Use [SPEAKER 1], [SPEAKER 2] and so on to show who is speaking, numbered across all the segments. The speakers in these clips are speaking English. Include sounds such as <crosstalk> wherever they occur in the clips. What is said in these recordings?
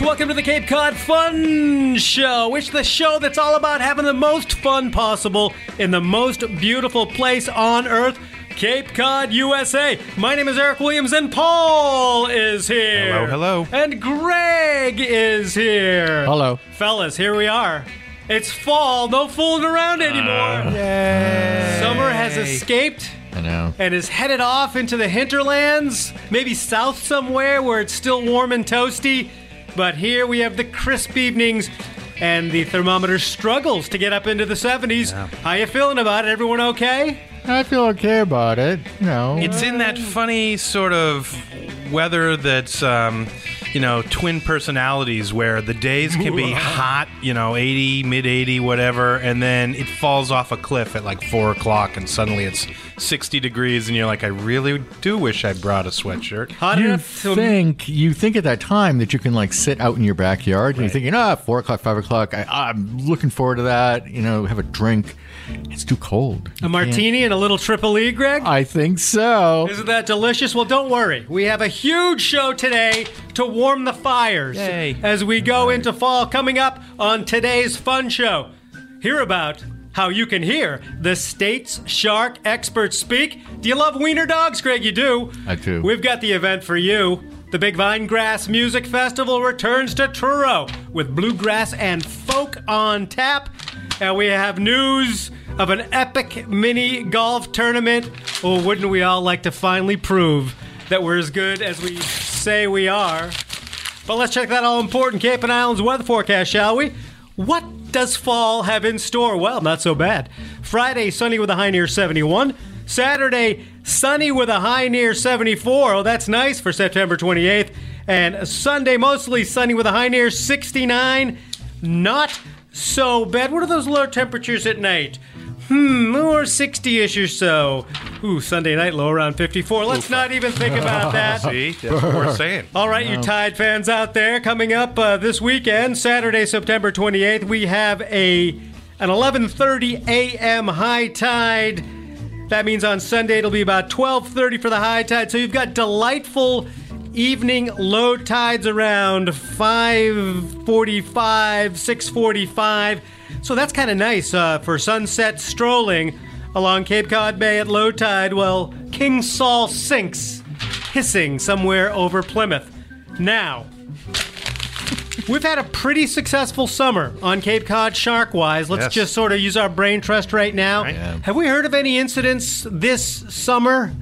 [SPEAKER 1] welcome to the Cape Cod Fun Show. It's the show that's all about having the most fun possible in the most beautiful place on earth, Cape Cod, USA. My name is Eric Williams, and Paul is here.
[SPEAKER 2] Hello, hello.
[SPEAKER 1] And Greg is here.
[SPEAKER 3] Hello.
[SPEAKER 1] Fellas, here we are. It's fall, no fooling around
[SPEAKER 2] Ah.
[SPEAKER 1] anymore. Summer has escaped
[SPEAKER 3] I know.
[SPEAKER 1] and is headed off into the hinterlands, maybe south somewhere where it's still warm and toasty. But here we have the crisp evenings, and the thermometer struggles to get up into the 70s. How you feeling about it? Everyone okay?
[SPEAKER 3] I feel okay about it. No.
[SPEAKER 2] It's in that
[SPEAKER 1] Mm.
[SPEAKER 2] funny sort of weather that's, um, you know, twin personalities where the days
[SPEAKER 1] <laughs>
[SPEAKER 2] can be hot, you know, 80, mid 80, whatever, and then it falls off a cliff at like 4 o'clock and suddenly it's 60 degrees and you're like, I really do wish I brought a sweatshirt.
[SPEAKER 1] Hot
[SPEAKER 3] you
[SPEAKER 1] enough to
[SPEAKER 3] think you think at that time that you can like sit out in your backyard and you're thinking, ah, four o'clock, five o'clock. I, I'm looking forward to that. You know, have a drink. It's too cold.
[SPEAKER 1] a martini and a little triple E, Greg?
[SPEAKER 3] I think so.
[SPEAKER 1] Isn't that delicious? Well, don't worry. We have a huge show today to warm the fires
[SPEAKER 2] Yay.
[SPEAKER 1] as we go into fall. Coming up on today's fun show, hear about how you can hear the state's shark experts speak. Do you love wiener dogs, Greg? You do.
[SPEAKER 3] I do.
[SPEAKER 1] We've got the event for you. The Big Vine Grass Music Festival returns to Truro with bluegrass and folk on tap. And we have news of an epic mini golf tournament. Oh, wouldn't we all like to finally prove that we're as good as we say we are? But let's check that all important Cape and Islands weather forecast, shall we? What does fall have in store? Well, not so bad. Friday, sunny with a high near 71. Saturday, sunny with a high near 74. Oh, that's nice for September 28th. And Sunday, mostly sunny with a high near 69. Not so bad. What are those low temperatures at night? Hmm, or 60 ish or so. Ooh, Sunday night low around 54. Let's not even think about that.
[SPEAKER 2] See? That's what we're saying.
[SPEAKER 1] All right, you Tide fans out there, coming up uh, this weekend, Saturday, September 28th, we have a an 11:30 a.m. high tide. That means on Sunday it'll be about 12:30 for the high tide. So you've got delightful evening low tides around 5:45, 6:45. So that's kind of nice uh, for sunset strolling along Cape Cod Bay at low tide. Well, King Saul sinks hissing somewhere over Plymouth. Now, we've had a pretty successful summer on Cape Cod shark wise. Let's
[SPEAKER 2] Yes.
[SPEAKER 1] just sort of use our brain trust right now.
[SPEAKER 2] Right. Yeah.
[SPEAKER 1] Have we heard of any incidents this summer?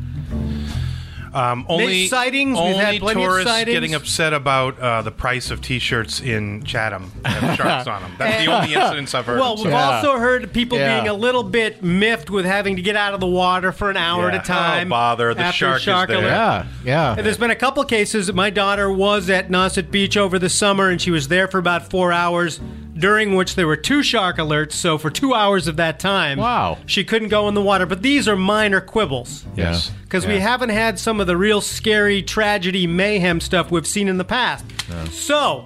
[SPEAKER 2] Um, only
[SPEAKER 1] sightings, we've
[SPEAKER 2] Only
[SPEAKER 1] had plenty of
[SPEAKER 2] tourists
[SPEAKER 1] sightings.
[SPEAKER 2] getting upset about uh, the price of T-shirts in Chatham
[SPEAKER 1] <laughs>
[SPEAKER 2] have sharks on them. That's the only incidents I've heard.
[SPEAKER 1] Well, we've
[SPEAKER 3] Yeah.
[SPEAKER 1] also heard of people
[SPEAKER 3] Yeah.
[SPEAKER 1] being a little bit miffed with having to get out of the water for an hour
[SPEAKER 2] Yeah.
[SPEAKER 1] at a time.
[SPEAKER 2] Oh, bother, the
[SPEAKER 1] after
[SPEAKER 2] shark is there.
[SPEAKER 1] alert.
[SPEAKER 3] yeah, yeah.
[SPEAKER 1] And There's been a couple cases. My daughter was at Nauset Beach over the summer, and she was there for about four hours, during which there were two shark alerts. So for two hours of that time,
[SPEAKER 3] Wow.
[SPEAKER 1] she couldn't go in the water. But these are minor quibbles
[SPEAKER 3] Yes.
[SPEAKER 1] because we haven't had some of the real scary tragedy mayhem stuff we've seen in the past. So.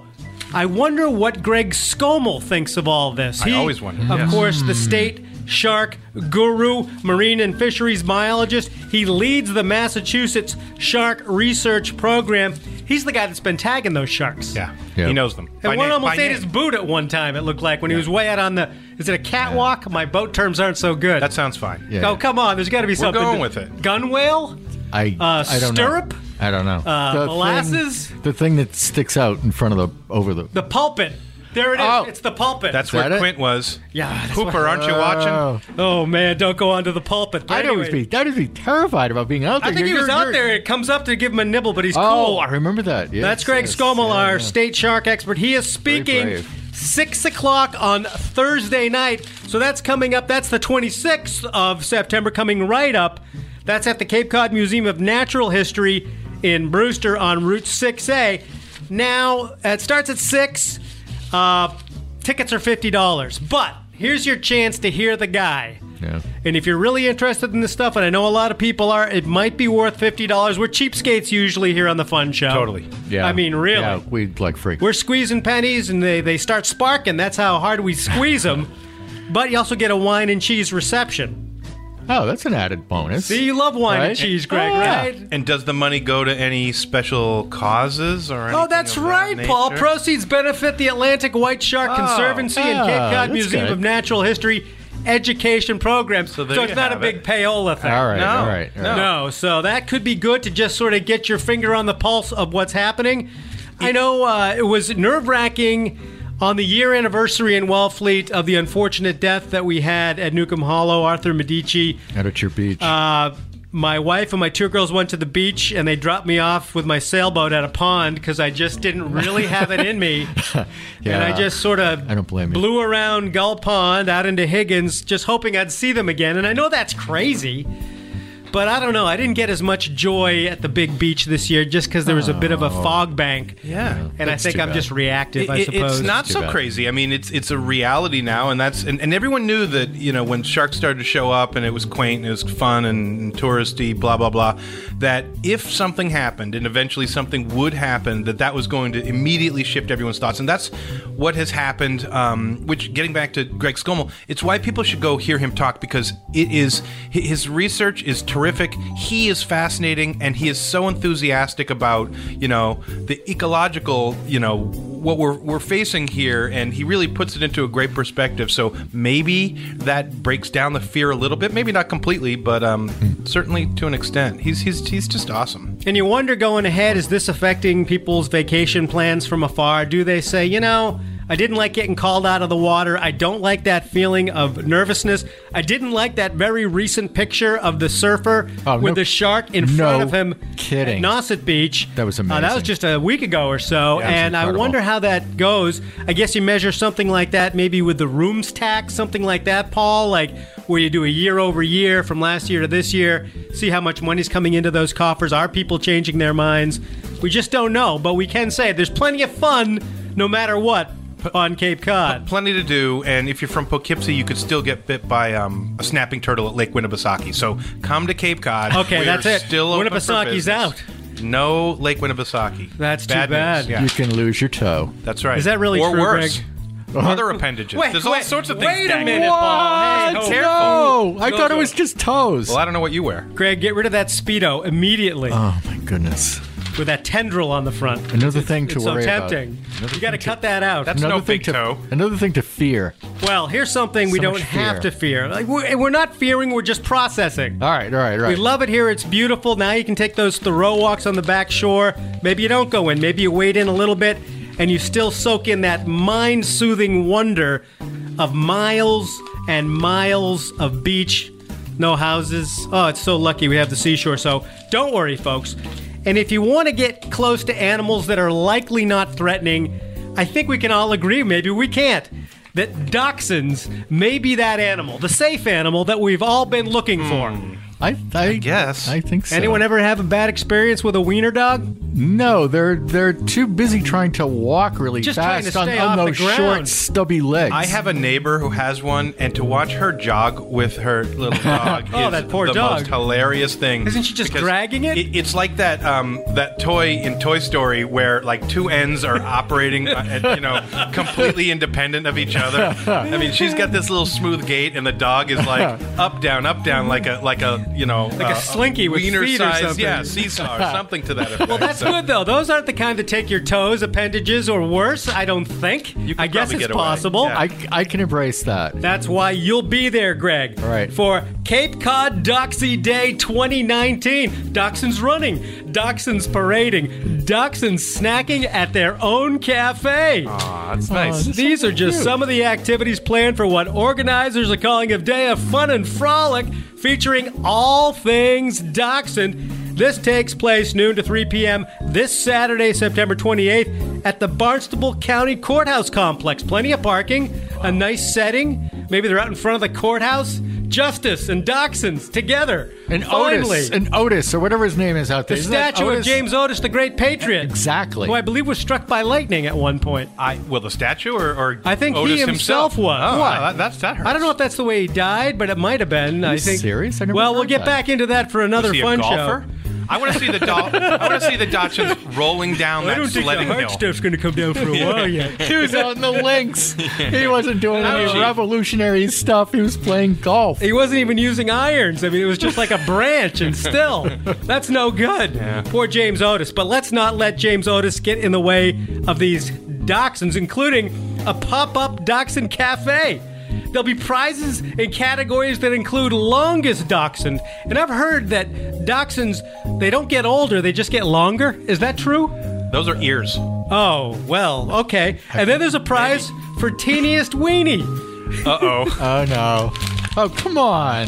[SPEAKER 1] I wonder what Greg Skomel thinks of all this.
[SPEAKER 2] I always wonder,
[SPEAKER 1] Of
[SPEAKER 2] yes.
[SPEAKER 1] course, the state shark guru, marine and fisheries biologist. He leads the Massachusetts Shark Research Program. He's the guy that's been tagging those sharks.
[SPEAKER 2] yeah.
[SPEAKER 3] Yeah.
[SPEAKER 2] he knows them.
[SPEAKER 1] And
[SPEAKER 2] By
[SPEAKER 1] one
[SPEAKER 2] name-
[SPEAKER 1] almost
[SPEAKER 2] by
[SPEAKER 1] ate
[SPEAKER 2] name.
[SPEAKER 1] his boot at one time, it looked like, when he was way out on the. Is it a catwalk? My boat terms aren't so good.
[SPEAKER 2] That sounds fine.
[SPEAKER 3] Yeah.
[SPEAKER 1] Oh, come on. There's got to be something.
[SPEAKER 2] going
[SPEAKER 1] to-
[SPEAKER 2] with it.
[SPEAKER 1] Gun whale?
[SPEAKER 3] I,
[SPEAKER 1] Uh,
[SPEAKER 3] I don't
[SPEAKER 1] stirrup?
[SPEAKER 3] know. I don't know.
[SPEAKER 1] Uh,
[SPEAKER 3] thing-
[SPEAKER 1] molasses?
[SPEAKER 3] the thing that sticks out in front of the over the.
[SPEAKER 1] The pulpit. There it is.
[SPEAKER 3] Oh.
[SPEAKER 1] It's the pulpit.
[SPEAKER 2] That's
[SPEAKER 3] Is
[SPEAKER 2] where
[SPEAKER 3] that it?
[SPEAKER 2] Quint was.
[SPEAKER 1] Yeah, that's
[SPEAKER 2] Hooper, aren't you watching?
[SPEAKER 3] Oh.
[SPEAKER 1] Oh man, don't go onto the pulpit. But
[SPEAKER 3] I'd always
[SPEAKER 1] anyway,
[SPEAKER 3] be. I'd always be terrified about being out there.
[SPEAKER 1] I think he
[SPEAKER 3] You're-
[SPEAKER 1] was
[SPEAKER 3] you're-
[SPEAKER 1] out there. It comes up to give him a nibble, but he's
[SPEAKER 3] Oh,
[SPEAKER 1] cool.
[SPEAKER 3] I remember that. Yes,
[SPEAKER 1] That's Greg
[SPEAKER 3] yes,
[SPEAKER 1] Skomel,
[SPEAKER 3] yeah,
[SPEAKER 1] our
[SPEAKER 3] yeah.
[SPEAKER 1] state shark expert. He is speaking
[SPEAKER 3] brave.
[SPEAKER 1] six o'clock on Thursday night. So that's coming up. That's the 26th of September, coming right up. That's at the Cape Cod Museum of Natural History in Brewster on Route 6A. Now, it starts at 6. Uh, tickets are $50. But here's your chance to hear the guy.
[SPEAKER 3] Yeah.
[SPEAKER 1] And if you're really interested in this stuff, and I know a lot of people are, it might be worth fifty dollars. We're cheapskates usually here on the Fun Show.
[SPEAKER 2] Totally.
[SPEAKER 3] Yeah.
[SPEAKER 1] I mean, really,
[SPEAKER 3] Yeah, we'd like freak.
[SPEAKER 1] we're squeezing pennies, and they they start
[SPEAKER 3] <laughs>
[SPEAKER 1] sparking. That's how hard we squeeze them. but you also get a wine and cheese reception.
[SPEAKER 3] Oh, that's an added bonus.
[SPEAKER 1] See, you love wine and
[SPEAKER 3] Right?
[SPEAKER 1] cheese, Greg,
[SPEAKER 3] Oh, yeah.
[SPEAKER 1] right?
[SPEAKER 2] And does the money go to any special causes or anything
[SPEAKER 1] Oh, that's
[SPEAKER 2] of that
[SPEAKER 1] right, Paul.
[SPEAKER 2] nature?
[SPEAKER 1] Proceeds benefit the Atlantic White Shark Conservancy and Cape
[SPEAKER 3] Oh. ah,
[SPEAKER 1] Cod
[SPEAKER 3] that's
[SPEAKER 1] Museum
[SPEAKER 3] good.
[SPEAKER 1] of Natural History education programs. So,
[SPEAKER 2] there
[SPEAKER 1] it's
[SPEAKER 2] you
[SPEAKER 1] not a
[SPEAKER 2] have
[SPEAKER 1] big
[SPEAKER 2] it.
[SPEAKER 1] payola thing.
[SPEAKER 3] All right,
[SPEAKER 2] No,
[SPEAKER 3] all right. all right.
[SPEAKER 1] No, so that could be good to just sort of get your finger on the pulse of what's happening. I know uh, it was nerve wracking on the year anniversary in Wellfleet of the unfortunate death that we had at Newcomb Hollow, Arthur Medici.
[SPEAKER 3] Out at your beach.
[SPEAKER 1] Uh, my wife and my two girls went to the beach and they dropped me off with my sailboat at a pond because I just didn't really have it in me. And I
[SPEAKER 3] Yeah.
[SPEAKER 1] just sort of
[SPEAKER 3] I don't blame you.
[SPEAKER 1] blew around Gull Pond out into Higgins, just hoping I'd see them again. And I know that's crazy, but I don't know. I didn't get as much joy at the big beach this year just because there was a bit of a fog bank.
[SPEAKER 2] Yeah.
[SPEAKER 1] And I
[SPEAKER 3] Oh. That's
[SPEAKER 1] think
[SPEAKER 3] too
[SPEAKER 1] I'm
[SPEAKER 3] bad.
[SPEAKER 1] just reactive,
[SPEAKER 2] It-
[SPEAKER 1] I
[SPEAKER 2] it-
[SPEAKER 1] suppose.
[SPEAKER 2] It's not
[SPEAKER 3] Too
[SPEAKER 2] so
[SPEAKER 3] bad.
[SPEAKER 2] crazy. I mean, it's it's a reality now, and that's and, and everyone knew that you know when sharks started to show up and it was quaint and it was fun and touristy, blah blah blah. That if something happened and eventually something would happen, that that was going to immediately shift everyone's thoughts, and that's what has happened. Um, which getting back to Greg Scommel, it's why people should go hear him talk because it is hi- his research is terrific. He is fascinating, and he is so enthusiastic about you know the ecological you know what we're we're facing here, and he really puts it into a great perspective. So maybe that breaks down the fear a little bit, maybe not completely, but um, certainly to an extent. He's he's he's just awesome.
[SPEAKER 1] And you wonder going ahead, is this affecting people's vacation plans from afar? Do they say, you know, I didn't like getting called out of the water. I don't like that feeling of nervousness. I didn't like that very recent picture of the surfer
[SPEAKER 3] Oh,
[SPEAKER 1] with
[SPEAKER 3] no-
[SPEAKER 1] the shark in front
[SPEAKER 3] no
[SPEAKER 1] of him
[SPEAKER 3] kidding.
[SPEAKER 1] at Nauset Beach.
[SPEAKER 3] That was
[SPEAKER 1] Uh, that was
[SPEAKER 3] amazing.
[SPEAKER 1] just a week ago or so.
[SPEAKER 3] Yeah, it was
[SPEAKER 1] and I
[SPEAKER 3] incredible.
[SPEAKER 1] wonder how that goes. I guess you measure something like that maybe with the rooms tax, something like that, Paul, like where you do a year over year from last year to this year, see how much money's coming into those coffers. Are people changing their minds? We just don't know, but we can say there's plenty of fun no matter what on Cape Cod.
[SPEAKER 2] Plenty to do, and if you're from Poughkeepsie, you could still get bit by um, a snapping turtle at Lake Winnipesaukee. So come to Cape Cod.
[SPEAKER 1] Okay,
[SPEAKER 2] We're
[SPEAKER 1] that's it.
[SPEAKER 2] Still open for
[SPEAKER 1] Winnipesaukee's
[SPEAKER 2] business.
[SPEAKER 1] out.
[SPEAKER 2] No Lake Winnipesaukee.
[SPEAKER 1] That's too
[SPEAKER 2] news.
[SPEAKER 1] bad.
[SPEAKER 2] Yeah,
[SPEAKER 3] You can lose your toe.
[SPEAKER 2] that's right.
[SPEAKER 1] Is that really
[SPEAKER 2] or
[SPEAKER 1] true,
[SPEAKER 2] worse?
[SPEAKER 1] Greg?
[SPEAKER 2] Other appendages.
[SPEAKER 1] Wait,
[SPEAKER 2] There's all
[SPEAKER 1] wait,
[SPEAKER 2] sorts of things.
[SPEAKER 1] wait a
[SPEAKER 2] dangling.
[SPEAKER 1] minute, Paul. Hey,
[SPEAKER 3] What?
[SPEAKER 1] ho.
[SPEAKER 3] no, I
[SPEAKER 2] No,
[SPEAKER 3] thought
[SPEAKER 2] no.
[SPEAKER 3] it was just toes.
[SPEAKER 2] Well, I don't know what you wear.
[SPEAKER 1] Greg, get rid of that Speedo immediately
[SPEAKER 3] Oh my goodness!
[SPEAKER 1] with that tendril on the front.
[SPEAKER 3] Another thing to
[SPEAKER 1] it's
[SPEAKER 3] worry
[SPEAKER 1] so tempting.
[SPEAKER 3] about. Another
[SPEAKER 1] You got to
[SPEAKER 3] thing
[SPEAKER 1] cut that out.
[SPEAKER 2] That's
[SPEAKER 3] Another
[SPEAKER 2] no
[SPEAKER 3] thing
[SPEAKER 2] big
[SPEAKER 3] to
[SPEAKER 2] toe.
[SPEAKER 3] another thing to fear.
[SPEAKER 1] Well, here's something we
[SPEAKER 3] So
[SPEAKER 1] don't
[SPEAKER 3] much
[SPEAKER 1] have
[SPEAKER 3] fear.
[SPEAKER 1] to fear. Like, we're, we're not fearing, we're just processing.
[SPEAKER 3] All right, all right, all right.
[SPEAKER 1] We love it here. It's beautiful. Now you can take those Thoreau walks on the back shore. Maybe you don't go in. Maybe you wade in a little bit and you still soak in that mind soothing wonder of miles and miles of beach. No houses. Oh, it's so lucky we have the seashore. So don't worry, folks. And if you want to get close to animals that are likely not threatening, I think we can all agree, maybe we can't that dachshunds may be that animal, the safe animal that we've all been looking for.
[SPEAKER 3] I, I,
[SPEAKER 2] guess.
[SPEAKER 3] I think so.
[SPEAKER 1] Anyone ever have a bad experience with a wiener dog?
[SPEAKER 3] No, they're they're too busy trying to walk really
[SPEAKER 1] Just trying
[SPEAKER 3] fast
[SPEAKER 1] to
[SPEAKER 3] on,
[SPEAKER 1] stay
[SPEAKER 3] on
[SPEAKER 1] off the
[SPEAKER 3] those
[SPEAKER 1] ground.
[SPEAKER 3] short, stubby legs.
[SPEAKER 2] I have a neighbor who has one, and to watch her jog with
[SPEAKER 1] <laughs>
[SPEAKER 2] her little dog
[SPEAKER 1] Oh,
[SPEAKER 2] is
[SPEAKER 1] that poor
[SPEAKER 2] the
[SPEAKER 1] dog.
[SPEAKER 2] most hilarious thing.
[SPEAKER 1] Isn't she just
[SPEAKER 2] Because
[SPEAKER 1] dragging it?
[SPEAKER 2] It's like that um, that toy in Toy Story where like two
[SPEAKER 1] <laughs>
[SPEAKER 2] ends are operating, uh, at, you know, completely independent of each other. I mean, she's got this little smooth gait, and the dog is
[SPEAKER 1] <laughs>
[SPEAKER 2] like up, down, up, down, like a like a you know like
[SPEAKER 1] a slinky with
[SPEAKER 2] wiener
[SPEAKER 1] feet or
[SPEAKER 2] size,
[SPEAKER 1] something.
[SPEAKER 2] yeah, seesaw
[SPEAKER 1] <laughs>
[SPEAKER 2] or something to that effect. Well,
[SPEAKER 1] That's good though. Those aren't the kind that take your toes, appendages, or worse. I don't think.
[SPEAKER 2] You could
[SPEAKER 1] I guess
[SPEAKER 2] probably
[SPEAKER 1] it's
[SPEAKER 2] get away.
[SPEAKER 1] possible.
[SPEAKER 2] Yeah.
[SPEAKER 3] I, I can embrace that.
[SPEAKER 1] That's why you'll be there, Greg.
[SPEAKER 3] All right.
[SPEAKER 1] For Cape Cod Doxy Day 2019. Dachshunds running, dachshunds parading, dachshunds snacking at their own cafe.
[SPEAKER 3] Oh,
[SPEAKER 2] that's nice.
[SPEAKER 1] These are just some of the activities planned for what organizers are calling a day of fun and frolic featuring all things dachshund. This takes place noon to 3 p.m. this Saturday, September 28th, at the Barnstable County Courthouse Complex. Plenty of parking, a nice setting. Maybe they're out in front of the courthouse. Justice and dachshunds together.
[SPEAKER 3] An
[SPEAKER 1] Finally,
[SPEAKER 3] Otis, an Otis, or whatever his name is out
[SPEAKER 1] the
[SPEAKER 3] there. Isn't that
[SPEAKER 1] statue of
[SPEAKER 3] Otis?
[SPEAKER 1] James Otis, the great patriot.
[SPEAKER 3] Exactly.
[SPEAKER 1] Who I believe was struck by lightning at one point.
[SPEAKER 2] I well, the statue or, or
[SPEAKER 1] I think he
[SPEAKER 2] Otis
[SPEAKER 1] himself was.
[SPEAKER 2] Oh,
[SPEAKER 1] What?
[SPEAKER 2] That, that's that. Hurts.
[SPEAKER 1] I don't know if that's the way he died, but it might have been. I
[SPEAKER 3] you
[SPEAKER 1] think.
[SPEAKER 3] serious? I never
[SPEAKER 1] well, we'll
[SPEAKER 3] heard
[SPEAKER 1] get
[SPEAKER 3] that.
[SPEAKER 1] back into that for another
[SPEAKER 2] Was he a
[SPEAKER 1] fun
[SPEAKER 2] golfer?
[SPEAKER 1] show.
[SPEAKER 2] I want to see the Dol- I want to see the Dachshunds
[SPEAKER 1] <laughs>
[SPEAKER 2] rolling down
[SPEAKER 1] I
[SPEAKER 2] that
[SPEAKER 1] don't think the
[SPEAKER 2] sledding
[SPEAKER 1] hard
[SPEAKER 2] hill.
[SPEAKER 1] stuff's going to come down <laughs> for a while yet.
[SPEAKER 3] <laughs> He was out in the links. He wasn't doing any
[SPEAKER 2] Ouchie.
[SPEAKER 3] revolutionary stuff. He was playing golf.
[SPEAKER 1] He wasn't even using irons. I mean, it was just like a branch, and still, that's no good. Poor James Otis. But let's not let James Otis get in the way of these dachshunds, including a pop up dachshund cafe. There'll be prizes in categories that include longest dachshund. And I've heard that dachshunds, they don't get older, they just get longer. Is that true?
[SPEAKER 2] Those are ears.
[SPEAKER 1] Oh, well, okay. And then there's a prize for teeniest weenie.
[SPEAKER 2] Uh oh.
[SPEAKER 3] Oh no! Oh come on!